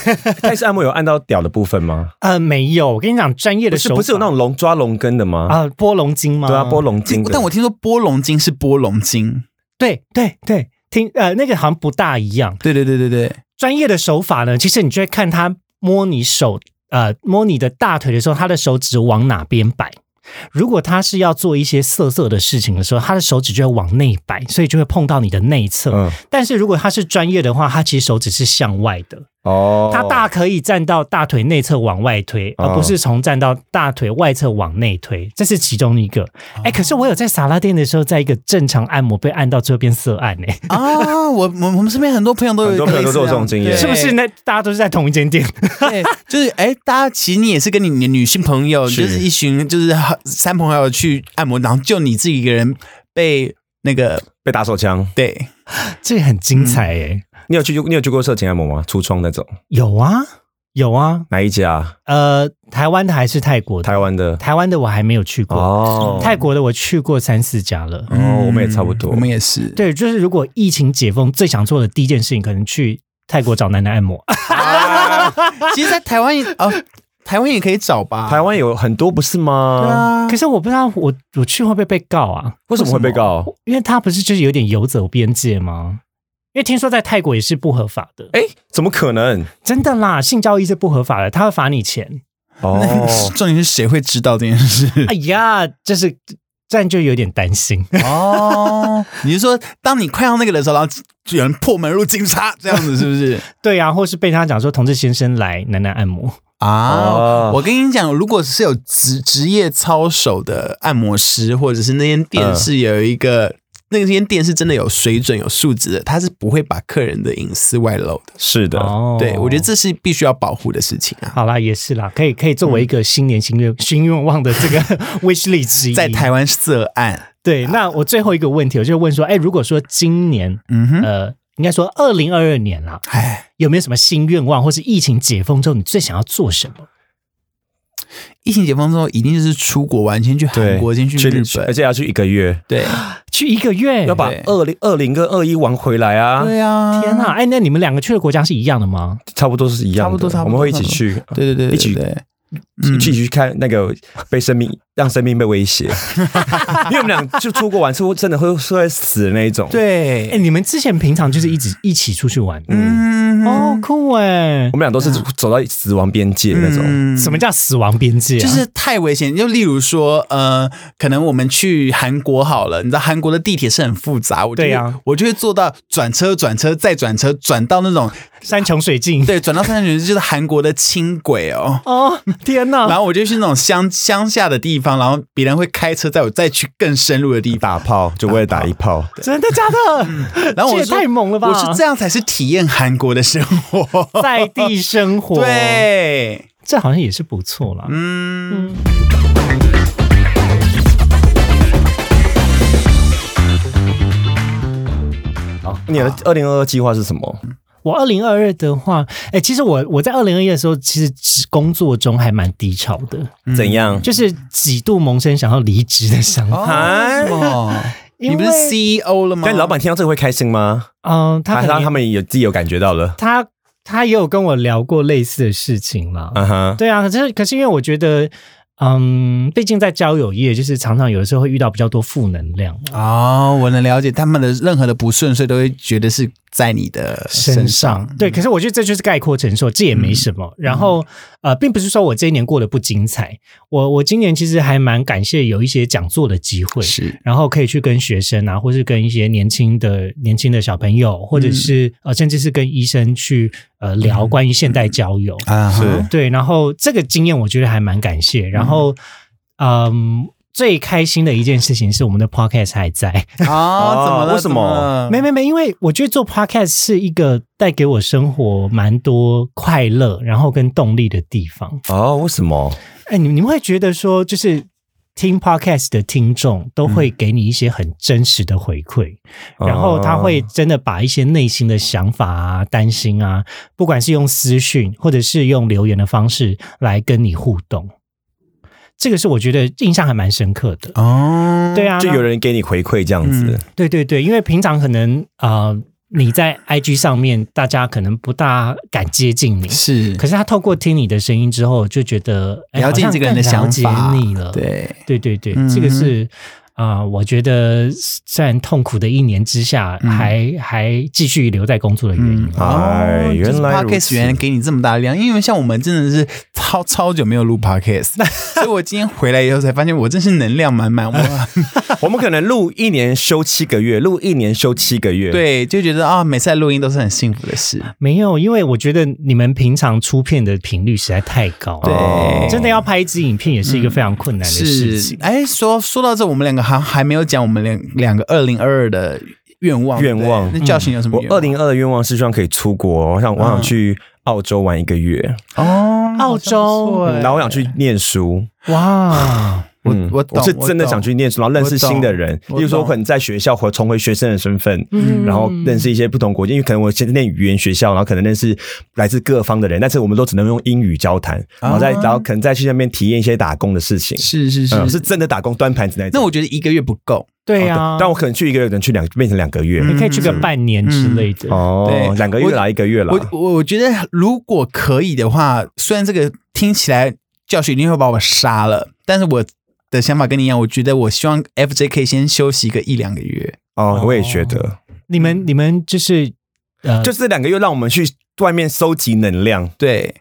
Speaker 2: 泰式按摩有按到屌的部 分吗？
Speaker 1: 呃，没有，我跟你讲，专业的
Speaker 2: 不是
Speaker 1: 手
Speaker 2: 不是有那种龙抓龙根的吗？
Speaker 1: 啊拨龙筋吗？
Speaker 2: 对啊，拨龙筋的，
Speaker 3: 但我听说波龙筋是波龙筋，
Speaker 1: 对对对，听呃那个好像不大一样，
Speaker 3: 对对对对 对，
Speaker 1: 专业的手法呢，其实你就会看他摸你手，呃，摸你的大腿的时候，他的手指往哪边摆。如果他是要做一些色色的事情的时候，他的手指就会往内摆，所以就会碰到你的内侧。
Speaker 2: 嗯
Speaker 1: 但是如果他是专业的话，他其实手指是向外的，
Speaker 2: 哦，
Speaker 1: 他大可以站到大腿内侧往外推，
Speaker 2: 哦
Speaker 1: 而不是从站到大腿外侧往内推，这是其中一个。哎，可是我有在撒拉店的时候，在一个正常按摩被按到最后变色哎按呢、
Speaker 3: 啊，我我我们身边很多朋友都有
Speaker 2: 很多朋友都有这种经验
Speaker 3: 对
Speaker 1: 是不是？那大家都是在同一间店？
Speaker 3: 对，就是哎，大家其实你也是跟你的女性朋友，
Speaker 2: 是
Speaker 3: 就是一群就是三朋友去按摩，然后就你自己一个人被那个
Speaker 2: 被打手枪。
Speaker 3: 对，
Speaker 1: 这很精彩哎、
Speaker 2: 你有去你有去过色情按摩吗？橱窗那种
Speaker 1: 有啊，有啊，
Speaker 2: 哪一家？
Speaker 1: 呃，台湾的还是泰国的？
Speaker 2: 台湾的
Speaker 1: 台湾的我还没有去过，
Speaker 2: 哦，
Speaker 1: 泰国的我去过三四家了。
Speaker 2: 哦我们也差不多
Speaker 3: 嗯我们也 是，
Speaker 1: 对，就是如果疫情解封，最想做的第一件事情，可能去泰国找奶奶按摩。
Speaker 3: 啊其实，在台湾也哦，台湾也可以找吧。
Speaker 2: 台湾有很多不是吗？
Speaker 3: 对啊，
Speaker 1: 可是我不知道我我去会不会被告啊？
Speaker 2: 为什么会被告？
Speaker 1: 因为他不是就是有点游走边界吗？因为听说在泰国也是不合法的，
Speaker 2: 哎，怎么可能？
Speaker 1: 真的啦，性交易是不合法的，他会罚你钱。
Speaker 2: 哦，
Speaker 3: 重点是谁会知道这件事？
Speaker 1: 哎呀，就是这样就有点担心。
Speaker 3: 哦，你是说当你快要那个的时候，然后有人破门入警察这样子，是不是？
Speaker 1: 对啊，或是被他讲说同志先生来奶奶按摩，
Speaker 3: 啊
Speaker 2: 哦，
Speaker 3: 我跟你讲，如果是有职职业操守的按摩师，或者是那间店
Speaker 2: 嗯
Speaker 3: 是有一个、那间店是真的有水准、有素质的，他是不会把客人的隐私外露的。
Speaker 2: 是的，
Speaker 1: 哦
Speaker 3: 对，我觉得这是必须要保护的事情啊。
Speaker 1: 好啦，也是啦，可以可以作为
Speaker 3: 嗯
Speaker 1: 一个新年新愿新愿望的 这个 wish list 之一。
Speaker 3: 在台湾涉案，
Speaker 1: 对，那我最后一个问题，我就问说，哎，如果说今年，
Speaker 3: 嗯哼，
Speaker 1: 呃，应该说二零二二年啦，
Speaker 3: 哎，
Speaker 1: 有没有什么新愿望，或是疫情解封之后你最想要做什么？
Speaker 3: 疫情解封之后，一定就是出国玩，先去韩
Speaker 2: 对，
Speaker 3: 国，先去日
Speaker 2: 而
Speaker 3: 本，
Speaker 2: 且要去一个月，
Speaker 3: 对，
Speaker 1: 去一个月？
Speaker 2: 要把
Speaker 3: 对
Speaker 2: 二零二零跟二一玩回来啊，
Speaker 3: 对啊，
Speaker 1: 天呐！，哎，那你们两个去的国家是一样的吗？
Speaker 2: 差不多是一样的，
Speaker 3: 差不多差不多嗯
Speaker 2: 我们会一起去，
Speaker 3: 对对对，
Speaker 2: 一起
Speaker 3: 对，对
Speaker 2: 一起去看那个被生命让生命被 威胁，因为我们俩就出国玩，是真的会是会死的那一种，，
Speaker 3: 对，
Speaker 1: 哎，你们之前平常就是一直一起出去玩，
Speaker 3: 嗯
Speaker 1: 哦，酷哎
Speaker 2: 我！们俩都是走到死亡边界那种，
Speaker 3: 嗯
Speaker 1: 什么叫死亡边界啊？
Speaker 3: 就是太危险。就例如说，呃，可能我们去韩国好了，你知道韩国的地铁是很复杂，我就
Speaker 1: 对
Speaker 3: 会
Speaker 1: 呀
Speaker 3: 我就会坐到转车、转车再转车，转到那种
Speaker 1: 山穷水尽。
Speaker 3: 对，转到三角就是韩国的轻轨哦。
Speaker 1: 哦，天
Speaker 3: 然
Speaker 1: 呐！
Speaker 3: 后我就去那种乡乡下的地方，然后别人会开车载我再去更深入的地方。
Speaker 2: 打炮就为了打一炮，
Speaker 1: 真的假的？
Speaker 3: 嗯然后我
Speaker 1: 这也
Speaker 3: 说
Speaker 1: 太猛了吧！
Speaker 3: 我是这样才是体验韩国的生活。
Speaker 1: 在地生活，，
Speaker 3: 对，
Speaker 1: 这好像也是不错啦。
Speaker 3: 嗯，
Speaker 2: 你的二零二二计划是什么？
Speaker 1: 我二零二二的话，哎，其实我我在二零二一的时候，其实只工作中还蛮低潮的，
Speaker 2: 怎样？
Speaker 1: 就是几度萌生想要离职的想法。
Speaker 2: 啊
Speaker 3: 哦，
Speaker 1: 因
Speaker 3: 你不是
Speaker 1: 为
Speaker 3: CEO 了吗？
Speaker 2: 但哎老板听到这个会开心吗？
Speaker 1: 嗯，他
Speaker 2: 还
Speaker 1: 可
Speaker 2: 是
Speaker 1: 能
Speaker 2: 他们有自己有感觉到了？
Speaker 1: 他他也有跟我聊过类似的事情啦。
Speaker 2: 嗯哼，
Speaker 1: 对啊，可是可是因为我觉得，嗯，毕竟在交友业，就是常常有的时候会遇到比较多负能量。
Speaker 3: 哦，我能了解他们的任何的不顺遂，都会觉得是在你的
Speaker 1: 身
Speaker 3: 身
Speaker 1: 上。对，可是我觉得这就是概括承受，这也没什么。然后呃，并不是说我这一年过得不精彩，我我今年其实还蛮感谢有一些讲座的机会，
Speaker 3: 是
Speaker 1: 然后可以去跟学生啊，或是跟一些年轻的年轻的小朋友，或者是、呃，甚至是跟医生去呃聊关于现代交友。
Speaker 3: 啊，
Speaker 2: 是
Speaker 1: 对，然后这个经验我觉得还蛮感谢。然后嗯。最开心的一件事情是我们的 podcast 还在，
Speaker 3: 啊，怎么了？
Speaker 2: 为什么
Speaker 3: 怎了
Speaker 1: 没没没，因为我觉得做 podcast 是一个带给我生活蛮多快乐，然后跟动力的地方。
Speaker 2: 哦，为什么？
Speaker 1: 哎，你你们会觉得说，就是听 podcast 的听众都会给你一些很真实的回馈，然
Speaker 2: 哦
Speaker 1: 后他会真的把一些内心的想法啊、担心啊，不管是用私讯或者是用留言的方式来跟你互动，这个是我觉得印象还蛮深刻的。
Speaker 3: 哦，
Speaker 1: 对啊，
Speaker 2: 就
Speaker 1: 那
Speaker 2: 有人给你回馈这样子
Speaker 3: 嗯，
Speaker 1: 对对对，因为平常可能呃你在 IG 上面，大家可能不大敢接近你，
Speaker 3: 是
Speaker 1: 可是他透过听你的声音之后，就觉得哎
Speaker 3: 了解
Speaker 1: 好像
Speaker 3: 这个人的
Speaker 1: 更
Speaker 3: 想法，
Speaker 1: 了解你了。
Speaker 3: 对，
Speaker 1: 对对对，
Speaker 3: 嗯
Speaker 1: 这个是啊、呃我觉得在痛苦的一年之下，
Speaker 3: 嗯
Speaker 1: 还还继续留在工作的原因。
Speaker 3: 嗯
Speaker 2: 哎
Speaker 3: 哦就是
Speaker 2: 原来如
Speaker 3: podcast
Speaker 2: 此
Speaker 3: 原来给你这么大的力量，因为像我们真的是超超久没有录 podcast，所以我今天回来以后才发现，我真是能量满满，哇！
Speaker 2: 我们可能录一年休七个月，录一年休七个月，，
Speaker 3: 对，就觉得啊，每次来录音都是很幸福的事，
Speaker 1: 没有，因为我觉得你们平常出片的频率实在太高了，
Speaker 2: 哦
Speaker 1: 真的要拍一支影片也是一个非常困难的事
Speaker 3: 嗯是
Speaker 1: 情。，
Speaker 3: 哎，说说到这，我们两个还还没有讲我们两两个二零二二的愿望。
Speaker 2: 愿望嗯
Speaker 3: 对那教训有什么
Speaker 2: 我
Speaker 3: 愿望？
Speaker 2: 二零二的愿望是希望可以出国，我想我想去澳洲玩一个月，
Speaker 3: 哦，
Speaker 1: 澳洲
Speaker 3: 好像不错哎
Speaker 2: 然后我想去念书，
Speaker 1: 哇，
Speaker 3: 我
Speaker 2: 嗯
Speaker 3: 我懂
Speaker 2: 是真的想去念书，然后认识新的人，
Speaker 3: 我懂
Speaker 2: 例如说我可能在学校或重回学生的身份。然后认识一些不同国家，因为可能我现在念语言学校，然后可能认识来自各方的人，但是我们都只能用英语交谈，然后再然后可能再去那边体验一些打工的事情，
Speaker 3: 啊是是
Speaker 2: 嗯，
Speaker 3: 是
Speaker 2: 是真的打工端盘子那
Speaker 3: 那
Speaker 2: 种。
Speaker 3: 我觉得一个月不够，
Speaker 1: 对呀、
Speaker 2: 但我可能去一个月，可能去两变成两个月，
Speaker 1: 你可以去个半年之类的。
Speaker 2: 哦
Speaker 3: 嗯对，
Speaker 2: 两个月啦，一个月啦。
Speaker 3: 我我我觉得如果可以的话，虽然这个听起来教训一定会把我杀了，但是我的想法跟你一样，我觉得我希望 FJ 可以先休息个一两个月。
Speaker 2: 哦，我也觉得，
Speaker 1: 你
Speaker 2: 嗯
Speaker 1: 们你们就是呃，就
Speaker 2: 就
Speaker 1: 是
Speaker 2: 这两个月让我们去外面收集能量，
Speaker 3: 对，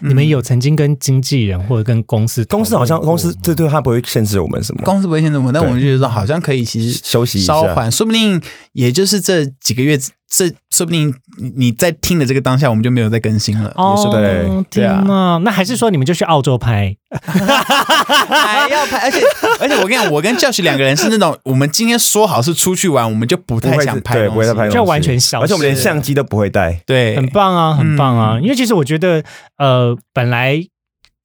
Speaker 3: 嗯
Speaker 1: 你们有曾经跟经纪人或者跟公司
Speaker 2: 嗯公司好像
Speaker 1: 讨论过
Speaker 2: 公司对对他不会限制我们什么，
Speaker 3: 哦公司不会限制我们，但
Speaker 2: 对
Speaker 3: 我们就觉得好像可以，其实
Speaker 2: 休息一下
Speaker 3: 稍缓，说不定也就是这几个月，这说不定你你在听的这个当下，我们就没有再更新了。
Speaker 1: 哦，
Speaker 2: 对
Speaker 3: 对
Speaker 1: 天
Speaker 3: 啊
Speaker 1: 啊，那还是说你们就去澳洲拍？
Speaker 3: 还要拍，而且而且我跟你讲，我跟 Josh 两个人是那种，我们今天说好是出去玩，我们就不太
Speaker 2: 不会
Speaker 3: 想
Speaker 2: 是
Speaker 3: 拍
Speaker 2: 对
Speaker 3: 东西
Speaker 2: 不会再拍东西，
Speaker 1: 就完全消失
Speaker 2: 而且我们连相机都不会带。
Speaker 3: 对，
Speaker 1: 很棒
Speaker 2: 嗯
Speaker 1: 啊，很棒啊！因为其实我觉得，呃，本来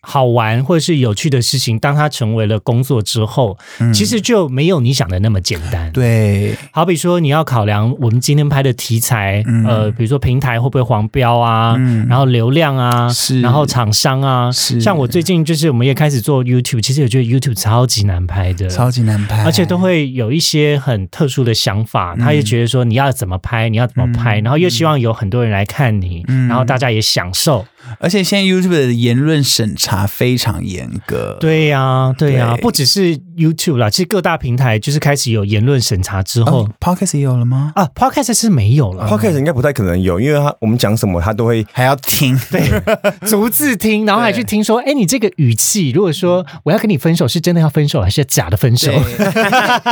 Speaker 1: 好玩或者是有趣的事情，当它成为了工作之后，
Speaker 3: 嗯
Speaker 1: 其实就没有你想的那么简单。
Speaker 3: 对，
Speaker 1: 好比说，你要考量我们今天拍的题材，
Speaker 3: 嗯
Speaker 1: 呃，比如说平台会不会黄标啊，
Speaker 3: 嗯
Speaker 1: 然后流量啊，
Speaker 3: 是
Speaker 1: 然后厂商啊，
Speaker 3: 是
Speaker 1: 像我最近就是我们也开始做 YouTube，其实我觉得 YouTube 超级难拍的，
Speaker 3: 超级难拍，
Speaker 1: 而且都会有一些很特殊的想法，他也觉得说你要怎么拍，你要怎么拍，
Speaker 3: 嗯
Speaker 1: 然后又希望有很多人来看你，
Speaker 3: 嗯
Speaker 1: 然后大家也享受。
Speaker 3: 而且现在 YouTube 的言论审查非常严格，
Speaker 1: 对呀、对呀、
Speaker 3: 对
Speaker 1: 不只是 YouTube 啦，其实各大平台就是开始有言论审查之后、
Speaker 3: 哦，Podcast 也有了吗？
Speaker 1: 啊，Podcast 是没有
Speaker 3: 嗯
Speaker 1: 了。
Speaker 2: Podcast 应该不太可能有，因为他我们讲什么他都会
Speaker 3: 还要听，对，
Speaker 1: 逐字听，然后还去听说，哎，你这个语气，如果说我要跟你分手，是真的要分手还是假的分 手？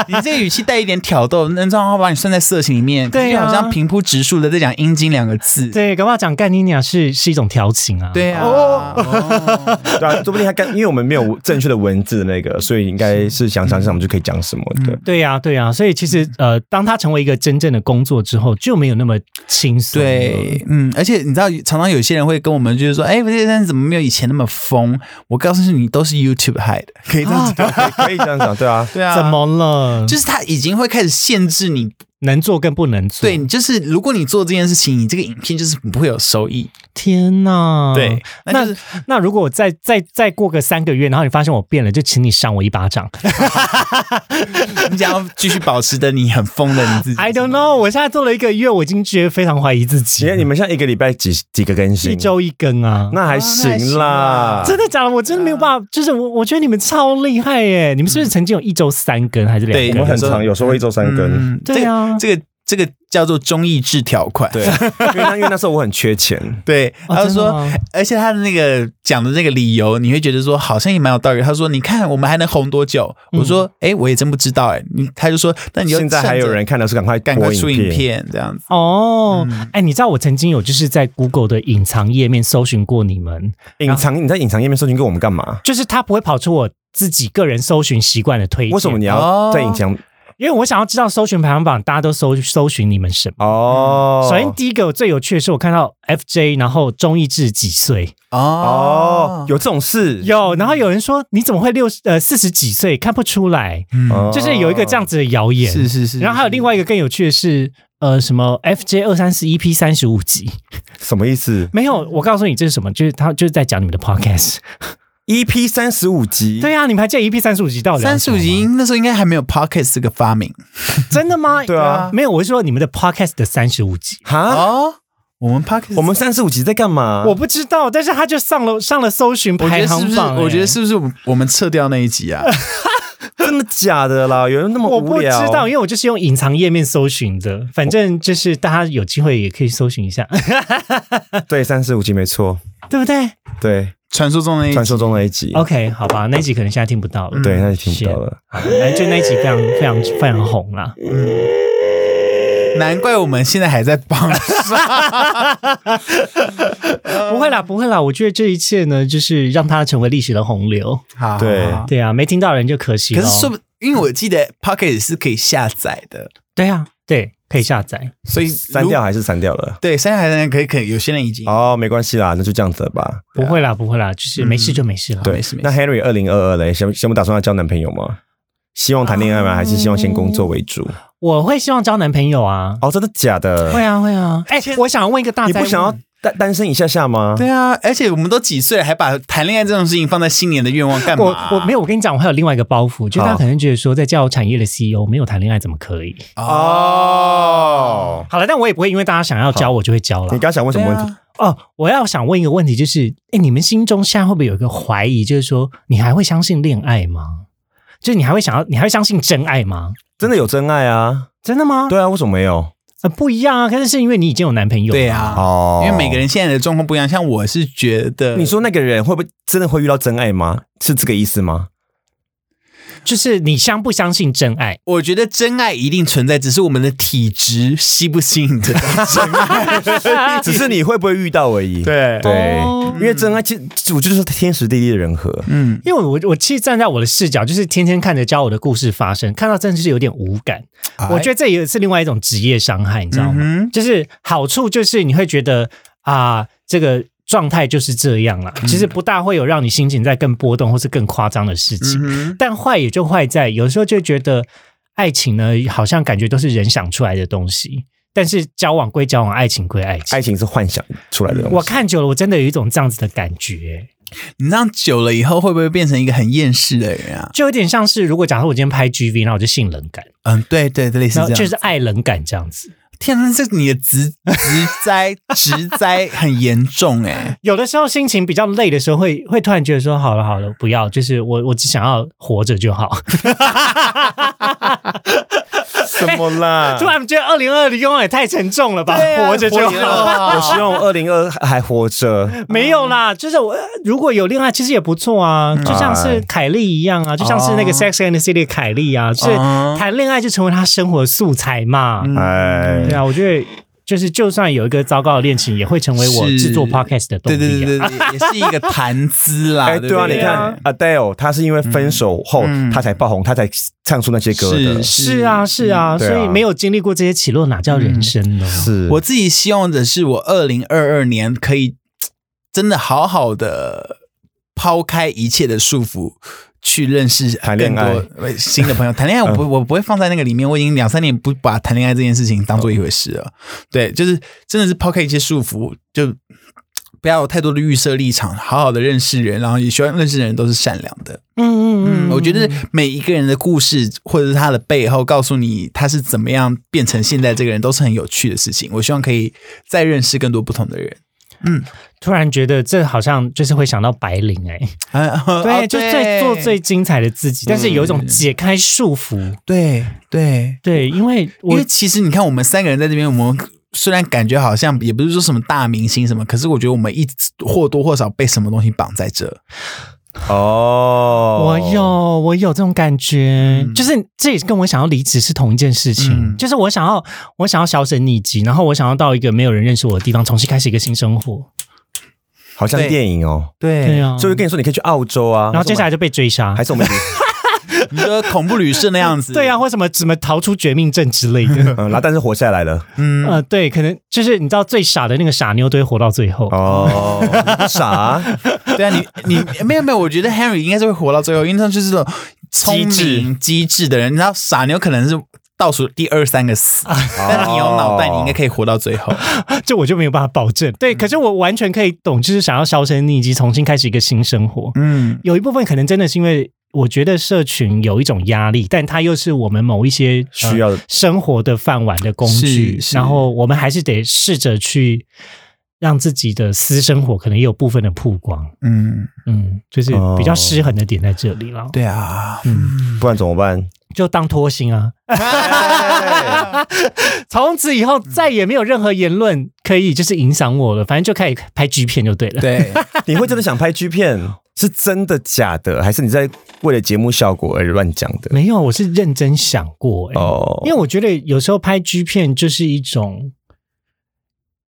Speaker 3: 你这个语气带一点挑逗，那这样的话把你算在色情里面，
Speaker 1: 对啊
Speaker 3: 就好像平铺直述的在讲阴茎两个字，
Speaker 1: 对，搞不好讲干你娘是是一种调情啊。
Speaker 3: 对啊，哦，
Speaker 2: 对啊，说不定他干，因为我们没有正确的文字的那个，所以应该是想想想我们就可以讲什么的。
Speaker 3: 嗯
Speaker 1: 对呀、对呀、所以其实呃，当它成为一个真正的工作之后，就没有那么轻松。
Speaker 3: 对，，嗯，而且你知道，常常有些人会跟我们就是说，哎，这现在怎么没有以前那么疯？我告诉你，都是 YouTube 害的，可以这样子讲，
Speaker 2: 可以这样讲，对啊，
Speaker 3: 对啊，
Speaker 1: 怎？么了？
Speaker 3: 就是他已经会开始限制你，
Speaker 1: 能做跟不能做。
Speaker 3: 对，，你就是如果你做这件事情，你这个影片就是不会有收益。
Speaker 1: 天哪！
Speaker 3: 对，嗯那
Speaker 1: 那
Speaker 3: 就是
Speaker 1: 那如果我再再再过个三个月，然后你发现我变了，就请你赏我一巴 掌。
Speaker 3: 你想要继续保持的你很疯的你自己。
Speaker 1: I don't know，我现在做了一个月，我已经觉得非常怀疑自己
Speaker 2: 你。看你们现在一个礼拜几几个更新？
Speaker 1: 一周一更啊，
Speaker 2: 那
Speaker 3: 啊
Speaker 2: 还
Speaker 3: 那还
Speaker 2: 行
Speaker 3: 行
Speaker 2: 啦
Speaker 3: 啦，
Speaker 1: 真的假的？我真的没有办法，
Speaker 2: 啊
Speaker 1: 就是我我觉得你们超厉害耶！你们是不是曾经有一周三更还是两
Speaker 3: 对
Speaker 2: 我
Speaker 1: 更哦
Speaker 2: 们？很长，有时候会一周三更。
Speaker 3: 嗯，
Speaker 1: 对啊
Speaker 3: 这个这个这个叫做中意制条款。
Speaker 2: 对，因为那因为那时候我很 缺钱，
Speaker 3: 对，
Speaker 1: 哦
Speaker 3: 他就说，
Speaker 1: 真的吗
Speaker 3: 而且他的那个讲的那个理由，你会觉得说好像也蛮有道理。他说：“你看我们还能红多久？”
Speaker 1: 嗯
Speaker 3: 我说：“哎、我也真不知道。”哎，你他就说：“那你就
Speaker 2: 现在还有人看的是赶快
Speaker 3: 趁着赶快
Speaker 2: 播
Speaker 3: 出影
Speaker 2: 影片，
Speaker 3: 片这样子。
Speaker 1: 哦，
Speaker 2: 嗯
Speaker 1: 哎，你知道我曾经有就是在 Google 的隐藏页面搜寻过你们，
Speaker 2: 隐
Speaker 1: 哦
Speaker 2: 藏你在隐藏页面搜寻给我们干嘛？
Speaker 1: 就是它不会跑出我自己个人搜寻习惯的推荐。
Speaker 2: 为什么你要
Speaker 3: 哦
Speaker 2: 在隐藏？
Speaker 1: 因为我想要知道搜寻排行榜，大家都搜搜寻你们什么。
Speaker 3: 嗯
Speaker 2: 哦，
Speaker 1: 首先，第一个我最有趣的是，我看到 FJ，然后钟义志几岁？”
Speaker 3: 哦
Speaker 2: 哦，有这种事，
Speaker 1: 有，然后有人说你怎么会六十呃四十几岁看不出来？
Speaker 2: 哦
Speaker 1: 就是有一个这样子的谣言。
Speaker 3: 是是是。
Speaker 1: 然后还有另外一个更有趣的是，呃，什么 FJ 二三四 EP 三十五集？
Speaker 2: 什么意思
Speaker 1: 没有，我告诉你这是什么，就是他就是在讲你们的 podcast。
Speaker 2: ？EP E 三十五集，
Speaker 1: 对啊，你们还记得 EP 三十五集到底聊
Speaker 3: 三
Speaker 1: 什
Speaker 3: 十
Speaker 1: 么
Speaker 3: 五
Speaker 1: 吗
Speaker 3: 集那时候应该还没有 Pocket 这个发明
Speaker 1: 真的吗？
Speaker 2: 对啊
Speaker 1: 没有，我是说你们的 podcast 的三十五集。
Speaker 2: 哈，
Speaker 3: 哦。我们 Pocket
Speaker 2: 我们三十五集在干嘛？
Speaker 1: 我不知道，但是他就上了上了搜寻
Speaker 3: 我觉
Speaker 1: 排
Speaker 3: 得是
Speaker 1: 行
Speaker 3: 不是？
Speaker 1: 榜、
Speaker 3: 我觉得
Speaker 1: 欸
Speaker 3: 是不是我们我们撤掉那一集 啊？
Speaker 2: 真的假的啦？有人那么
Speaker 1: 哎我
Speaker 2: 无
Speaker 1: 不知
Speaker 2: 聊？
Speaker 1: 道，因为我就是用隐藏页面搜寻的。反正就是大家有机会也可以搜寻一下，
Speaker 2: 对，三十五集没错，
Speaker 1: 对不对
Speaker 2: 对，
Speaker 3: 传说中那一
Speaker 2: 传
Speaker 3: 集
Speaker 2: 说中的一集，
Speaker 1: ？OK，好吧，那一集可能现在听不到了。
Speaker 2: 对，那就听不到了。
Speaker 1: 反正就那一集非常非常非常红啦。
Speaker 3: 难怪我们现在还在 榜上。
Speaker 1: 不会啦，不会啦，我觉得这一切呢，就是让它成为历史的洪流。
Speaker 3: 好
Speaker 2: 对
Speaker 3: 好好
Speaker 1: 对啊，没听到的人就可惜
Speaker 3: 可
Speaker 1: 了。
Speaker 3: 是说不，因为我记得 Pocket 是可以下载的，
Speaker 1: 对啊，对，可以下载。
Speaker 3: 所以
Speaker 2: 删掉
Speaker 3: 如。
Speaker 2: 还是删掉了？
Speaker 3: 对，删掉还是可以，可以有些人已经
Speaker 2: 哦，没关系啦，那就这样子了吧。
Speaker 1: 不会啦，不会啦，就是没事就哦没事了。
Speaker 2: 对
Speaker 3: 没事没，事
Speaker 2: 那 Henry 二零二二嘞，先先不打算要交男朋友吗？希望谈恋爱吗？还是希望先工作为主？
Speaker 1: 我会希望交男朋友啊。
Speaker 2: 哦，真的假
Speaker 1: 会
Speaker 2: 的？
Speaker 1: 啊，会啊。哎、我想问一个大
Speaker 2: 你
Speaker 1: 灾
Speaker 2: 不
Speaker 1: 问，
Speaker 2: 想要单单身一下下吗？
Speaker 3: 对啊，而且我们都几岁了，还把谈恋爱这种事情放在新年的愿望干嘛、
Speaker 1: 我我没有，我跟你讲，我还有另外一个包袱，就大
Speaker 2: 好
Speaker 1: 家可能觉得说，在教育产业的 CEO 没有谈恋爱怎么可以？
Speaker 3: 啊
Speaker 2: 哦，
Speaker 1: 好了，但我也不会因为大家想要教我就会教
Speaker 2: 你
Speaker 1: 了
Speaker 2: 刚。刚想问什
Speaker 3: 对
Speaker 2: 么
Speaker 3: 啊
Speaker 2: 问题？
Speaker 1: 哦，我要想问一个问题，就是，哎，你们心中现在会不会有一个怀疑，就是说，你还会相信恋爱吗？就是你还会想要，你还会相信真爱吗？
Speaker 2: 真的有真爱啊？
Speaker 1: 真的吗？
Speaker 2: 对啊，为什么没有？
Speaker 1: 呃，不一样啊，但是因为你已经有男朋友，
Speaker 3: 对，啊，
Speaker 2: 哦
Speaker 3: 因为每个人现在的状况不一样。像我是觉得，
Speaker 2: 你说那个人会不会真的会遇到真爱吗？是这个意思吗？
Speaker 1: 就是你相不相信真爱？
Speaker 3: 我觉得真爱一定存在，只是我们的体质吸不吸引得到真爱。
Speaker 2: 只是你会不会遇到而已。
Speaker 3: 对
Speaker 2: 对
Speaker 1: 啊哦，
Speaker 2: 因为真爱，其实我就是天时地利人和。
Speaker 3: 嗯，
Speaker 1: 因为我我其实站在我的视角，就是天天看着教我的故事发生，看到真的是有点无感。
Speaker 3: 哎
Speaker 1: 我觉得这也是另外一种职业伤害，你知道吗？
Speaker 3: 嗯哼
Speaker 1: 就是好处就是你会觉得啊、这个状态就是这样
Speaker 3: 嗯
Speaker 1: 啦，其实不大会有让你心情在更波动或是更夸张的事情。
Speaker 3: 嗯
Speaker 1: 但坏也就坏在，有时候就觉得爱情呢，好像感觉都是人想出来的东西，但是交往归交往，爱情归爱情。
Speaker 2: 爱情是幻想出来的东西。
Speaker 1: 我看久了，我真的有一种这样子的感觉、
Speaker 3: 哼，你这样久了以后，会不会变成一个很厌世的人啊？
Speaker 1: 就有点像是如果假设我今天拍 GV，然后我就性冷感，
Speaker 3: 嗯，对对，对类似
Speaker 1: 然
Speaker 3: 这
Speaker 1: 后
Speaker 3: 样。
Speaker 1: 就是爱冷感这样子。
Speaker 3: 天哪，这你的职职灾职灾很严重哎、
Speaker 1: 有的时候心情比较累的时候会，会突然觉得说，好了好了，不要，就是我我只想要活着就好。
Speaker 2: 什么啦
Speaker 1: 突然觉得二零二零也太沉重了吧，
Speaker 3: 对啊
Speaker 1: 活着就
Speaker 3: 活着就
Speaker 1: 好
Speaker 3: 好。
Speaker 2: 我希望我二零二还活着。
Speaker 1: 没有
Speaker 3: 嗯
Speaker 1: 啦，就是我呃如果有恋爱，其实也不错啊，就像是凯莉一样啊，就像是那个《Sex and the City》的凯莉啊，就是
Speaker 3: 哦嗯
Speaker 1: 谈恋爱就成为她生活素材嘛。
Speaker 2: 哎
Speaker 1: 对，啊，我觉得就是就算有一个糟糕的恋情，也会成为我
Speaker 3: 是
Speaker 1: 制作 podcast 的动力、
Speaker 3: 对
Speaker 1: 啊。
Speaker 3: 对对对，对，也是一个谈资啦。
Speaker 2: 哎，
Speaker 3: 对
Speaker 2: 对啊，
Speaker 3: 不
Speaker 2: 你
Speaker 1: 对啊
Speaker 2: 看 Adele，她是因为分手后
Speaker 3: 嗯
Speaker 2: 她才爆红，她才唱出那些歌的。
Speaker 3: 是
Speaker 1: 是啊，是啊，
Speaker 3: 嗯
Speaker 2: 对啊
Speaker 1: 所以没有经历过这些起落，哪叫人生呢？
Speaker 2: 是
Speaker 3: 我自己希望的是，我二零二二年可以啊真的好好的抛开一切的束缚，去认识
Speaker 2: 谈恋
Speaker 3: 更
Speaker 2: 爱
Speaker 3: 多呃新的朋友。谈恋爱，我不，
Speaker 2: 嗯
Speaker 3: 我不会放在那个里面。我已经两三年不把谈恋爱这件事情当做一回事了。对，就是真的是抛开一切束缚，就不要有太多的预设立场，好好的认识人，然后也希望认识的人都是善良的。
Speaker 1: 嗯
Speaker 3: 嗯，我觉得每一个人的故事，或者是他的背后，告诉你他是怎么样变成现在这个人，都是很有趣的事情。我希望可以再认识更多不同的人。
Speaker 1: 突然觉得这好像就是会想到白领哎、
Speaker 3: 啊，
Speaker 1: 对，
Speaker 3: 哦
Speaker 1: 就在做最精彩的自己，但是有一种解开束缚。
Speaker 3: 对对，
Speaker 1: 对，因为
Speaker 3: 因
Speaker 1: 我
Speaker 3: 为其实你看，我们三个人在这边，我们虽然感觉好像也不是说什么大明星什么，可是我觉得我们一直或多或少被什么东西绑在这。
Speaker 2: 哦，
Speaker 1: 我有我有这种感觉，就是这也是跟我想要离职是同一件事情，
Speaker 3: 嗯
Speaker 1: 就是我想要我想要销声匿迹，然后我想要到一个没有人认识我的地方，重新开始一个新生活。
Speaker 2: 好像电影哦。
Speaker 3: 对
Speaker 1: 对，啊，
Speaker 2: 所以我跟你说，你可以去澳洲啊。
Speaker 1: 然后接下来就被追杀
Speaker 2: 还。是我们还是我们。
Speaker 3: 你说恐怖旅社那样 子，
Speaker 1: 对啊，，或什么什么逃出绝命镇之类的
Speaker 2: 嗯，然后但是活下来了。
Speaker 3: 嗯，
Speaker 1: 呃，对，可能就是你知道最傻的那个傻妞都会活到最后。
Speaker 2: 哦，傻啊，
Speaker 3: 对啊，你你没有没有，我觉得 Henry 应该是会活到最后，因为他就是这种聪明机智的人。你知道傻妞可能是倒数第二三个死，
Speaker 2: 哦
Speaker 3: 但你有脑袋，你应该可以活到最后。
Speaker 1: 这我就没有办法保证。
Speaker 3: 嗯
Speaker 1: 对，可是我完全可以懂，就是想要销声匿迹，重新开始一个新生活。
Speaker 3: 嗯，
Speaker 1: 有一部分可能真的是因为我觉得社群有一种压力，但它又是我们某一些、呃
Speaker 2: 需要的
Speaker 1: 生活的饭碗的工具
Speaker 3: 是，是
Speaker 1: 然后我们还是得试着去让自己的私生活可能也有部分的曝光。
Speaker 3: 嗯，
Speaker 1: 嗯，就是比较失衡的点在这里了，
Speaker 3: 哦
Speaker 1: 嗯
Speaker 3: 对啊，
Speaker 2: 哦不然怎么办？
Speaker 1: 就当拖星啊。
Speaker 2: 嗯
Speaker 1: 从此以后再也没有任何言论可以就是影响我了，反正就开始拍 G 片就对了。
Speaker 3: 对，
Speaker 2: 你会真的想拍 G 片？是真的假的？还是你在为了节目效果而乱讲的？
Speaker 1: 没有，我是认真想过、欸，
Speaker 2: 哦，
Speaker 1: 因为我觉得有时候拍 G 片就是一种，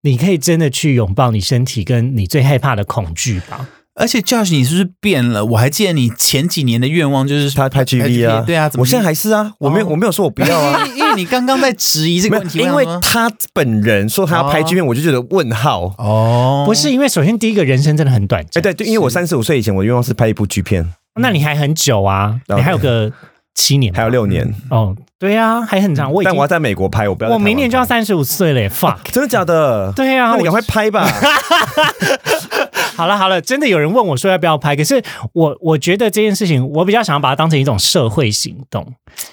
Speaker 1: 你可以真的去拥抱你身体跟你最害怕的恐惧吧。
Speaker 3: 而且 Josh，你是不是变了？我还记得你前几年的愿望就是
Speaker 2: 他拍 GV 啊，
Speaker 3: 对啊，怎么
Speaker 2: 我现在还是啊，我没有，我没有说我不要啊，
Speaker 3: 因为因为你刚刚在质 疑这个
Speaker 2: 没有
Speaker 3: 问题，
Speaker 2: 因
Speaker 3: 我
Speaker 2: 为
Speaker 3: 想说
Speaker 2: 他本人说他要拍 G 片，我就觉得问号。
Speaker 3: 哦，
Speaker 1: 不是因为首先第一个人生真的很短
Speaker 2: 哎，
Speaker 1: 暂，哦
Speaker 2: 对对，因为我三十五岁以前，我的愿望是拍一部 G 片，
Speaker 1: 那你还很久啊，
Speaker 2: 了解
Speaker 1: 你还有个七年吧，
Speaker 2: 还有六年，
Speaker 1: 哦，对啊，还很长。我已
Speaker 2: 但
Speaker 1: 经
Speaker 2: 我要在美国拍，我不要在
Speaker 1: 我
Speaker 2: 台湾
Speaker 1: 明年就要
Speaker 2: 拍
Speaker 1: 三十五岁了耶，fuck。欸
Speaker 2: 真的假的？
Speaker 1: 对啊
Speaker 2: 那你赶
Speaker 1: 我
Speaker 2: 快拍吧。
Speaker 1: 好了好了，真的有人问我说要不要拍，可是我我觉得这件事情，我比较想要把它当成一种社会行动，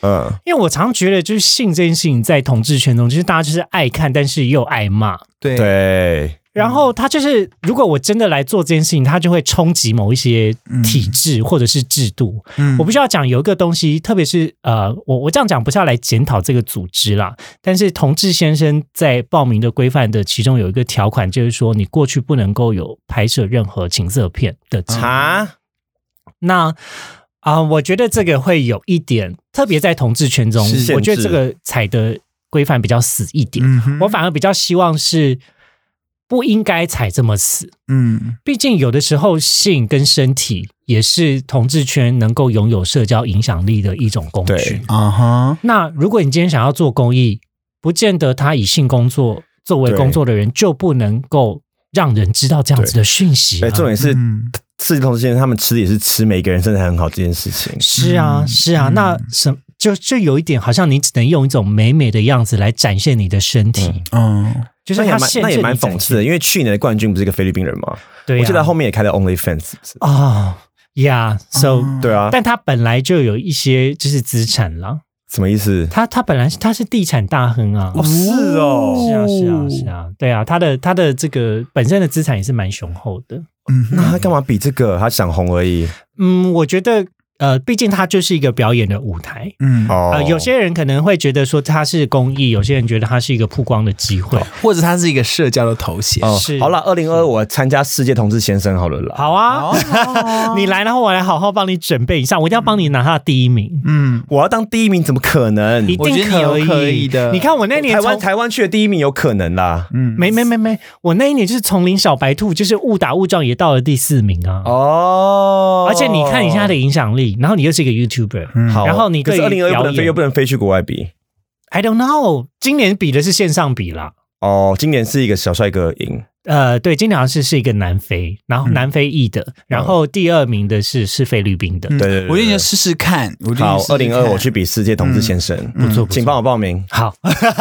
Speaker 2: 嗯，
Speaker 1: 因为我常觉得就是性这件事情在同志圈中，就是大家就是爱看，但是又爱骂。
Speaker 3: 对
Speaker 2: 对，
Speaker 1: 然后他就是，如果我真的来做这件事情，他就会冲击某一些体制或者是制度。
Speaker 3: 嗯
Speaker 1: 我必须要讲有一个东西，特别是呃，我我这样讲不是要来检讨这个组织啦，但是同志先生在报名的规范的其中有一个条款，就是说你过去不能够有拍摄任何情色片的场。
Speaker 2: 啊，
Speaker 1: 那啊、我觉得这个会有一点，特别在同志圈中
Speaker 2: 是限，制
Speaker 1: 我觉得这个踩的规范比较死一点。
Speaker 3: 嗯哼
Speaker 1: 我反而比较希望是不应该踩这么死，
Speaker 3: 嗯
Speaker 1: 毕竟有的时候性跟身体也是同志圈能够拥有社交影响力的一种工具
Speaker 2: 对。
Speaker 3: 啊哈，
Speaker 1: 那如果你今天想要做公益，不见得他以性工作作为
Speaker 2: 对
Speaker 1: 工作的人就不能够让人知道这样子的讯息、啊
Speaker 2: 对，。重点是
Speaker 3: 嗯
Speaker 2: 世界同志间他们吃的也是吃每个人身材很好这件事情。
Speaker 1: 是啊，
Speaker 3: 嗯
Speaker 1: 是啊，那什就就有一点，好像你只能用一种美美的样子来展现你的身体，
Speaker 2: 嗯
Speaker 3: 嗯
Speaker 1: 就是
Speaker 2: 那也
Speaker 1: 他
Speaker 2: 蛮
Speaker 1: 限
Speaker 2: 那
Speaker 1: 制
Speaker 2: 也
Speaker 1: 你
Speaker 2: 蛮
Speaker 1: 展
Speaker 2: 讽刺
Speaker 1: 现
Speaker 2: 的，因为去年的冠军不是一个菲律宾人吗？
Speaker 1: 对、啊，
Speaker 2: 我记得他后面也开了 OnlyFans，是不是？
Speaker 1: 啊、yeah,，so、
Speaker 3: 哦
Speaker 2: 对啊，
Speaker 1: 但他本来就有一些就是资产了，
Speaker 2: 什么意思？
Speaker 1: 他他本来他是地产大亨啊，
Speaker 2: 哦，是哦，
Speaker 1: 是啊是啊是啊，对啊，他的他的这个本身的资产也是蛮雄厚的。
Speaker 3: 嗯
Speaker 2: 那
Speaker 3: 哼
Speaker 2: 他干嘛比这个？他想红而已。
Speaker 1: 嗯，我觉得呃，毕竟它就是一个表演的舞台。
Speaker 3: 嗯，
Speaker 2: 哦
Speaker 1: 呃，，有些人可能会觉得说它是公益，有些人觉得它是一个曝光的机会。
Speaker 3: 或者他是一个社交的头衔。
Speaker 2: 哦
Speaker 1: 是，
Speaker 2: 好了，二零二我参加世界同志先生好了啦。
Speaker 1: 好啊，
Speaker 3: 哦
Speaker 1: 你来，然后我来好好帮你准备一下，我一定要帮你拿他的第一名，
Speaker 3: 嗯，
Speaker 2: 我要当第一名，怎么可能？
Speaker 1: 一
Speaker 3: 我觉
Speaker 1: 定
Speaker 3: 得你有
Speaker 1: 可以
Speaker 3: 可以的
Speaker 1: 你看我那年
Speaker 2: 台
Speaker 1: 从
Speaker 2: 湾台湾区的第一名有可能啦。
Speaker 3: 嗯，
Speaker 1: 没没没没，我那一年就是丛林小白兔，就是误打误撞也到了第四名啊。
Speaker 2: 哦，
Speaker 1: 而且你看你现在的影响力，然后你又是一个 YouTuber，、
Speaker 3: 嗯
Speaker 2: 好，
Speaker 1: 然后你
Speaker 2: 可是
Speaker 1: 对
Speaker 2: 二
Speaker 1: 于
Speaker 2: 零二
Speaker 1: 表
Speaker 2: 不能飞，
Speaker 1: 演
Speaker 2: 又不能飞去国外比。
Speaker 1: i don't know，今年比的是线上比啦。
Speaker 2: 哦，今年是一个小帅哥赢，
Speaker 1: 呃，对，今年好像是是一个南非，然后南非裔的，然后第二名的是是菲律宾的，
Speaker 3: 嗯
Speaker 2: 对对对对
Speaker 3: 我觉得你就试试看。我觉得
Speaker 2: 好
Speaker 3: 你试，试
Speaker 2: 二零二
Speaker 3: 看
Speaker 2: 我去比世界同志先生，
Speaker 1: 嗯不错不错
Speaker 2: 请帮我报名。
Speaker 1: 好，。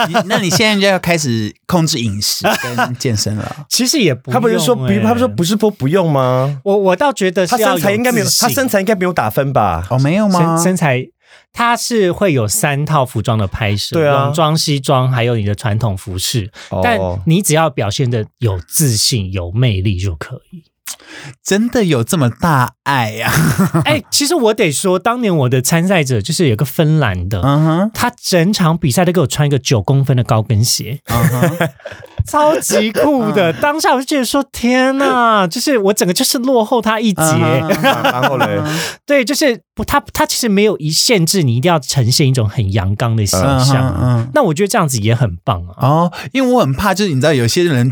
Speaker 3: 你那你现在就要开始控制饮食跟健身了
Speaker 1: 其实也不
Speaker 2: 他不是说
Speaker 1: 用
Speaker 2: 不，他不是说
Speaker 1: 欸
Speaker 2: 不是说不用吗？
Speaker 1: 我我倒觉得
Speaker 2: 他
Speaker 1: 是要
Speaker 2: 身材应该没有，
Speaker 1: 自
Speaker 2: 他
Speaker 1: 信
Speaker 2: 身材应该没有打分吧？
Speaker 3: 哦，没有吗
Speaker 1: 身？身材。它是会有三套服装的拍摄，
Speaker 2: 对啊
Speaker 1: 泳装、西装，还有你的传统服饰。
Speaker 2: 哦
Speaker 1: 但 你只要表现的有自信、有魅力就可以。
Speaker 3: 真的有这么大爱啊呀、
Speaker 1: 哎、其实我得说，当年我的参赛者就是有个芬兰的，
Speaker 3: 嗯哼，
Speaker 1: 他整场比赛都给我穿一个九公分的高跟 鞋，
Speaker 3: 嗯哼，
Speaker 1: 超级酷的。
Speaker 3: 嗯
Speaker 1: 当下我就觉得说，天哪，就是我整个就是落后他一截。
Speaker 3: 嗯哼
Speaker 2: 啊然后嘞，
Speaker 1: 对，就是不，他他其实没有一限制你一定要呈现一种很阳刚的形
Speaker 3: 嗯
Speaker 1: 象
Speaker 3: 哼
Speaker 1: 啊。
Speaker 3: 嗯。
Speaker 1: 那我觉得这样子也很棒啊。
Speaker 3: 哦，因为我很怕，就是你知道，有些人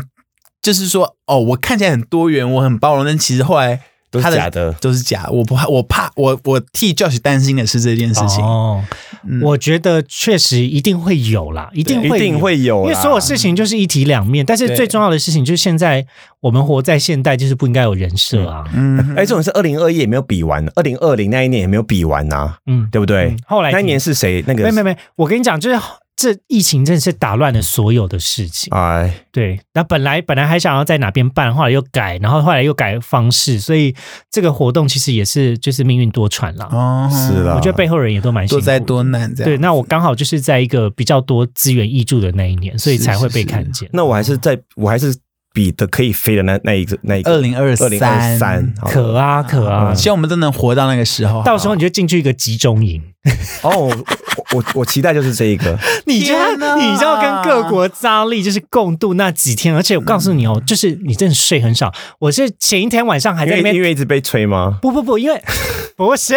Speaker 3: 就是说，哦，我看起来很多元，我很包容，但其实后来
Speaker 2: 都是
Speaker 3: 他的
Speaker 2: 假的
Speaker 3: 都是假。我不怕，我怕，我我替 Josh 担心的是这件事情。
Speaker 1: 哦，
Speaker 3: 嗯
Speaker 1: 我觉得确实一定会有啦，一定
Speaker 2: 一
Speaker 1: 会
Speaker 2: 定会有啊
Speaker 1: 因
Speaker 2: 啦，
Speaker 1: 为所有事情就是一体两面，但是
Speaker 2: 对
Speaker 1: 最重要的事情就是现在我们活在现代，就是不应该有人设啊。
Speaker 3: 嗯，
Speaker 2: 哎，这种是二零二一也没有比完，二零二零那一年也没有比完呐，
Speaker 1: 嗯，
Speaker 2: 对不对
Speaker 1: 嗯？后来
Speaker 2: 那一年是谁？那个
Speaker 1: 没没没，我跟你讲，就是这疫情真的是打乱了所有的事情。
Speaker 2: 哎，
Speaker 1: 对，那本来本来还想要在哪边办，后来又改，然后后来又改方式，所以这个活动其实也是就是命运多舛啦。
Speaker 3: 哦，
Speaker 2: 是啦
Speaker 1: 我觉得背后人也都蛮辛
Speaker 3: 多
Speaker 1: 苦
Speaker 3: 灾
Speaker 1: 的。
Speaker 3: 多难这样。
Speaker 1: 对，那我刚好就是在一个比较多资源挹注的那一年，所以
Speaker 3: 是
Speaker 1: 才会
Speaker 3: 是
Speaker 1: 被
Speaker 3: 是
Speaker 1: 看见。
Speaker 2: 那我还是在我还是比的可以飞的那那一个那一个
Speaker 3: 二零二
Speaker 2: 二零二三，好
Speaker 1: 可啊可啊，
Speaker 3: 希望我们都能活到那个时候。
Speaker 1: 到时候你就进去一个集中营，
Speaker 2: 哦，我我我期待就是这一个，
Speaker 1: 你就要
Speaker 3: 天哪
Speaker 1: 你就要跟各国扎力就是共度那几天，而且我告诉你哦，就是你真的睡很少。我是前一天晚上还
Speaker 2: 因
Speaker 1: 在那
Speaker 2: 为
Speaker 1: 边
Speaker 2: 因为一直被吹吗？
Speaker 1: 不不不，因为不是，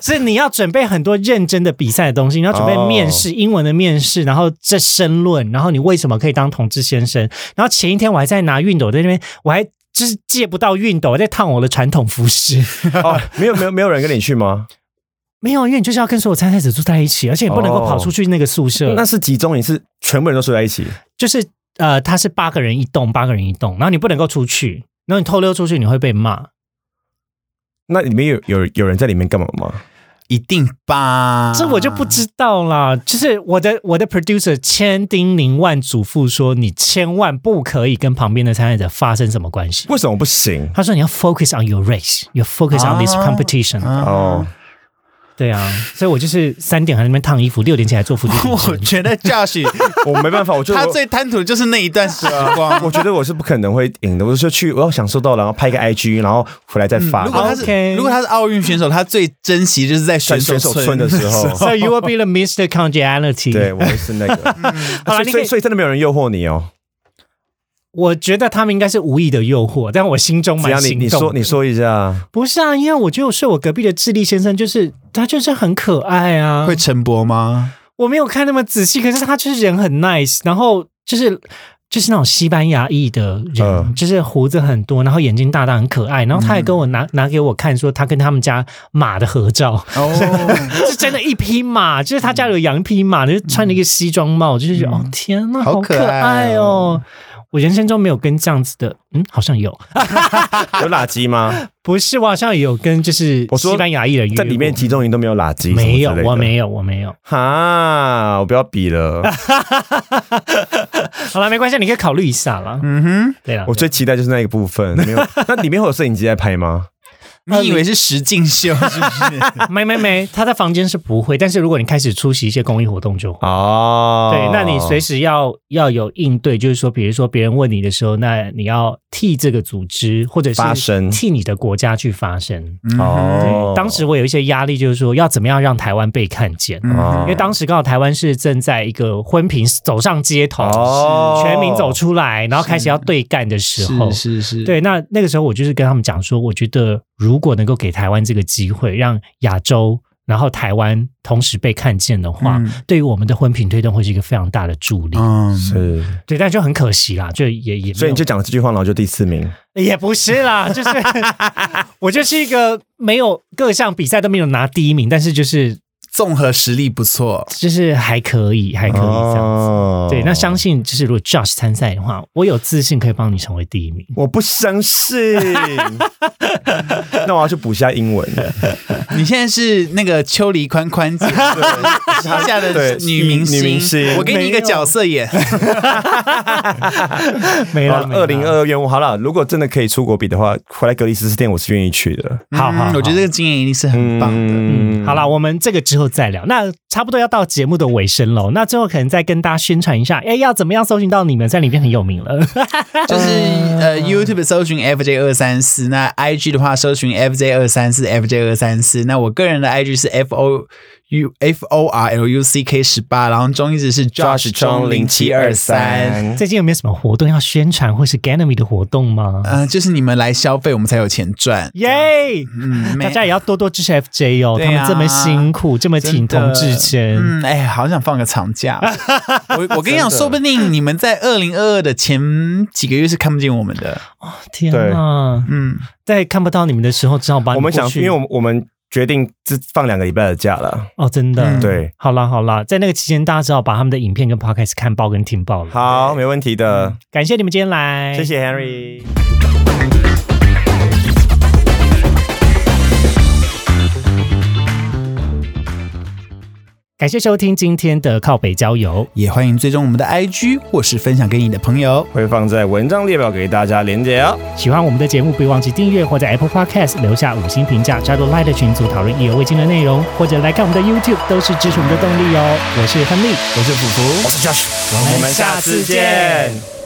Speaker 1: 是你要准备很多认真的比赛的东西，你要准备面试、英文的面试，然后这申论，然后你为什么可以当同志先生？然后前一天我还在拿熨斗在那边，我还就是借不到熨斗，我在烫我的传统服饰。
Speaker 2: 哦，没有没有没有人跟你去吗？
Speaker 1: 没有，因为你就是要跟所有参赛者住在一起，而且你不能够
Speaker 2: 哦
Speaker 1: 跑出去那个宿舍，
Speaker 2: 那是集中营，是全部人都睡在一起。
Speaker 1: 就是呃，他是八个人一栋，八个人一栋，然后你不能够出去，然后你偷溜出去你会被骂。
Speaker 2: 那里面有有有人在里面干嘛吗？
Speaker 3: 一定吧？
Speaker 1: 这我就不知道啦。就是我的我的 producer 千叮咛万嘱咐说，你千万不可以跟旁边的参赛者发生什么关系。
Speaker 2: 为什么不行？
Speaker 1: 他说你要 focus on your race, you focus on this
Speaker 3: 啊
Speaker 1: competition、
Speaker 3: 啊
Speaker 2: 哦，
Speaker 1: 对啊，所以我就是三点还在那边烫衣服，六点起来做腹肌挺
Speaker 3: 我
Speaker 1: 身。
Speaker 3: 觉得 Josh
Speaker 2: 我没办法，我就
Speaker 3: 他
Speaker 2: 我
Speaker 3: 最贪图的就是那一段时光。
Speaker 2: 我觉得我是不可能会赢的，我是去我要享受到，然后拍个 IG，然后回来再发。
Speaker 3: 如果他
Speaker 1: OK
Speaker 3: 是如果他是奥运选手，他最珍惜就是在
Speaker 2: 啊在
Speaker 3: 选
Speaker 2: 选手
Speaker 3: 手
Speaker 2: 村的时候，
Speaker 1: So you will be the Mr. Congeniality。
Speaker 2: 对，我会是那个。
Speaker 1: 好
Speaker 2: 所
Speaker 1: 了，你
Speaker 2: 以所
Speaker 1: 可
Speaker 2: 以
Speaker 1: 以，
Speaker 2: 所以真的没有人诱惑你哦，
Speaker 1: 我觉得他们应该是无意的诱惑，但我心中
Speaker 2: 只
Speaker 1: 蛮
Speaker 2: 要你
Speaker 1: 心动的。
Speaker 2: 你说你说一下，
Speaker 1: 不是啊，因为我就睡我隔壁的智利先生，就是他就是很可爱啊。
Speaker 3: 会陈博吗？
Speaker 1: 我没有看那么仔细，可是他就是人很 nice，然后就是就是那种西班牙裔的人，
Speaker 2: 嗯
Speaker 1: 就是胡子很多，然后眼睛大大，很可爱。然后他还跟我拿、拿给我看，说他跟他们家马的合照，
Speaker 3: 哦，
Speaker 1: 是真的一匹马，就是他家有养一匹马，就是穿了一个西装帽，就是觉得、
Speaker 3: 嗯
Speaker 1: 哦天呐，
Speaker 3: 好
Speaker 1: 好
Speaker 3: 可爱
Speaker 1: 爱哦
Speaker 3: 哦！
Speaker 1: 我人生中没有跟这样子的，嗯，好像有，
Speaker 2: 有垃 圾吗？
Speaker 1: 不是，我好像有跟就是
Speaker 2: 我说
Speaker 1: 西班牙裔的人约
Speaker 2: 在里面
Speaker 1: 过
Speaker 2: 集中营都没有垃圾，
Speaker 1: 没有，我没
Speaker 2: 有。
Speaker 1: 有，我没有。
Speaker 2: 哈，我不要比了。
Speaker 1: 好了，没关系，你可以考虑一下啦。
Speaker 3: 嗯
Speaker 1: 对啦，
Speaker 2: 我最期待就是那一个部分，没有。那里面会有摄影机在拍吗？
Speaker 3: 哼，你以为是石敬秀是不是？
Speaker 1: 没没没，他在房间是不会，但是如果你开始出席一些公益活动就会。
Speaker 2: 哦，
Speaker 1: 对，那你随时要要有应对，就是说，比如说别人问你的时候，那你要替这个组织或者
Speaker 2: 发
Speaker 1: 是
Speaker 2: 声
Speaker 1: 替你的国家去发声。
Speaker 3: 嗯哼
Speaker 2: 哦
Speaker 1: 对，，当时我有一些压力，就是说要怎么样让台湾被看见，
Speaker 3: 嗯
Speaker 2: 哦
Speaker 1: 因为当时刚好台湾是正在一个昏平走上街头，
Speaker 2: 哦
Speaker 1: 全民走出来，然后开始要对干的时候，
Speaker 3: 是是，
Speaker 1: 对，那那个时候我就是跟他们讲说，我觉得如果能够给台湾这个机会，让亚洲然后台湾同时被看见的话，
Speaker 3: 嗯
Speaker 1: 对于我们的婚品推动会是一个非常大的助力。
Speaker 3: 嗯，
Speaker 2: 哦是，
Speaker 1: 对，但就很可惜啦，就也也没有
Speaker 2: 所以你就讲了这句话，然后就第四名。
Speaker 1: 也不是啦，就是 我就是一个没有各项比赛都没有拿第一名，但是就是
Speaker 3: 综合实力不错，
Speaker 1: 就是还可以，还可以这样
Speaker 2: 哦
Speaker 1: 子。对，那相信就是如果 Josh 参赛的话，我有自信可以帮你成为第一名。
Speaker 2: 我不 相信。那我要去补一下英文了。
Speaker 3: 你现在是那个秋梨宽宽姐旗下的
Speaker 2: 对
Speaker 3: 女明星，
Speaker 2: 女明星
Speaker 3: 我给你一个角色演，
Speaker 1: 没了，
Speaker 2: 好了，
Speaker 1: 没了
Speaker 2: 二零。二二元我好了。如果真的可以出国比的话，回来隔离十四天，我是愿意去的。
Speaker 1: 好好好
Speaker 3: 嗯我觉得这个经验一定是很棒的。
Speaker 1: 嗯，好啦，我们这个之后再聊。那差不多要到节目的尾声喽，那最后可能再跟大家宣传一下，哎，要怎么样搜寻到你们，在里面很有名了。
Speaker 3: 就是呃，YouTube 搜寻 FJ 二三四，那 IG 的话搜寻 FJ 二三四，FJ 二三四。那我个人的 IG 是 F O U F O R L U C K 十八，然后中一直是 Josh 中零七二三。，
Speaker 1: 最近有没有什么活动要宣传，或是 Ganemy 的活动吗？
Speaker 3: 呃，就是你们来消费，我们才有钱赚。
Speaker 1: 耶！
Speaker 3: 嗯，没
Speaker 1: 大家也要多多支持 FJ 哦，
Speaker 3: 对
Speaker 1: 他
Speaker 3: 啊
Speaker 1: 们这么辛苦，这么挺同志圈。
Speaker 3: 嗯，哎，好想放个 长假。我我跟你讲，说不定你们在二零二二的前几个月是看不见我们的。
Speaker 1: 天啊！
Speaker 3: 嗯，
Speaker 1: 在看不到你们的时候，只好把你
Speaker 2: 我们
Speaker 1: 过
Speaker 2: 想，
Speaker 1: 去
Speaker 2: 因为我们我们决定只放两个礼拜的假了。
Speaker 1: 哦，真的
Speaker 3: 嗯
Speaker 2: 对，
Speaker 1: 好啦好啦，在那个期间，大家只好把他们的影片跟 podcast 看爆跟听爆了。，
Speaker 2: 好，没问题的，
Speaker 1: 感谢你们今天来，
Speaker 2: 谢谢 Henry。
Speaker 1: 感谢收听今天的靠北郊游。
Speaker 3: 也欢迎追踪我们的 IG 或是分享给你的朋友。
Speaker 2: 会放在文章列表给大家连接哦。
Speaker 1: 喜欢我们的节目，别忘记订阅或在 Apple Podcast 留下五星评价，加入 Line 的群组讨论意犹未尽的内容，或者来看我们的 YouTube，都是支持我们的动力哦。我是亨利，
Speaker 3: 我是福福，
Speaker 2: 我是 Josh，我们下次见。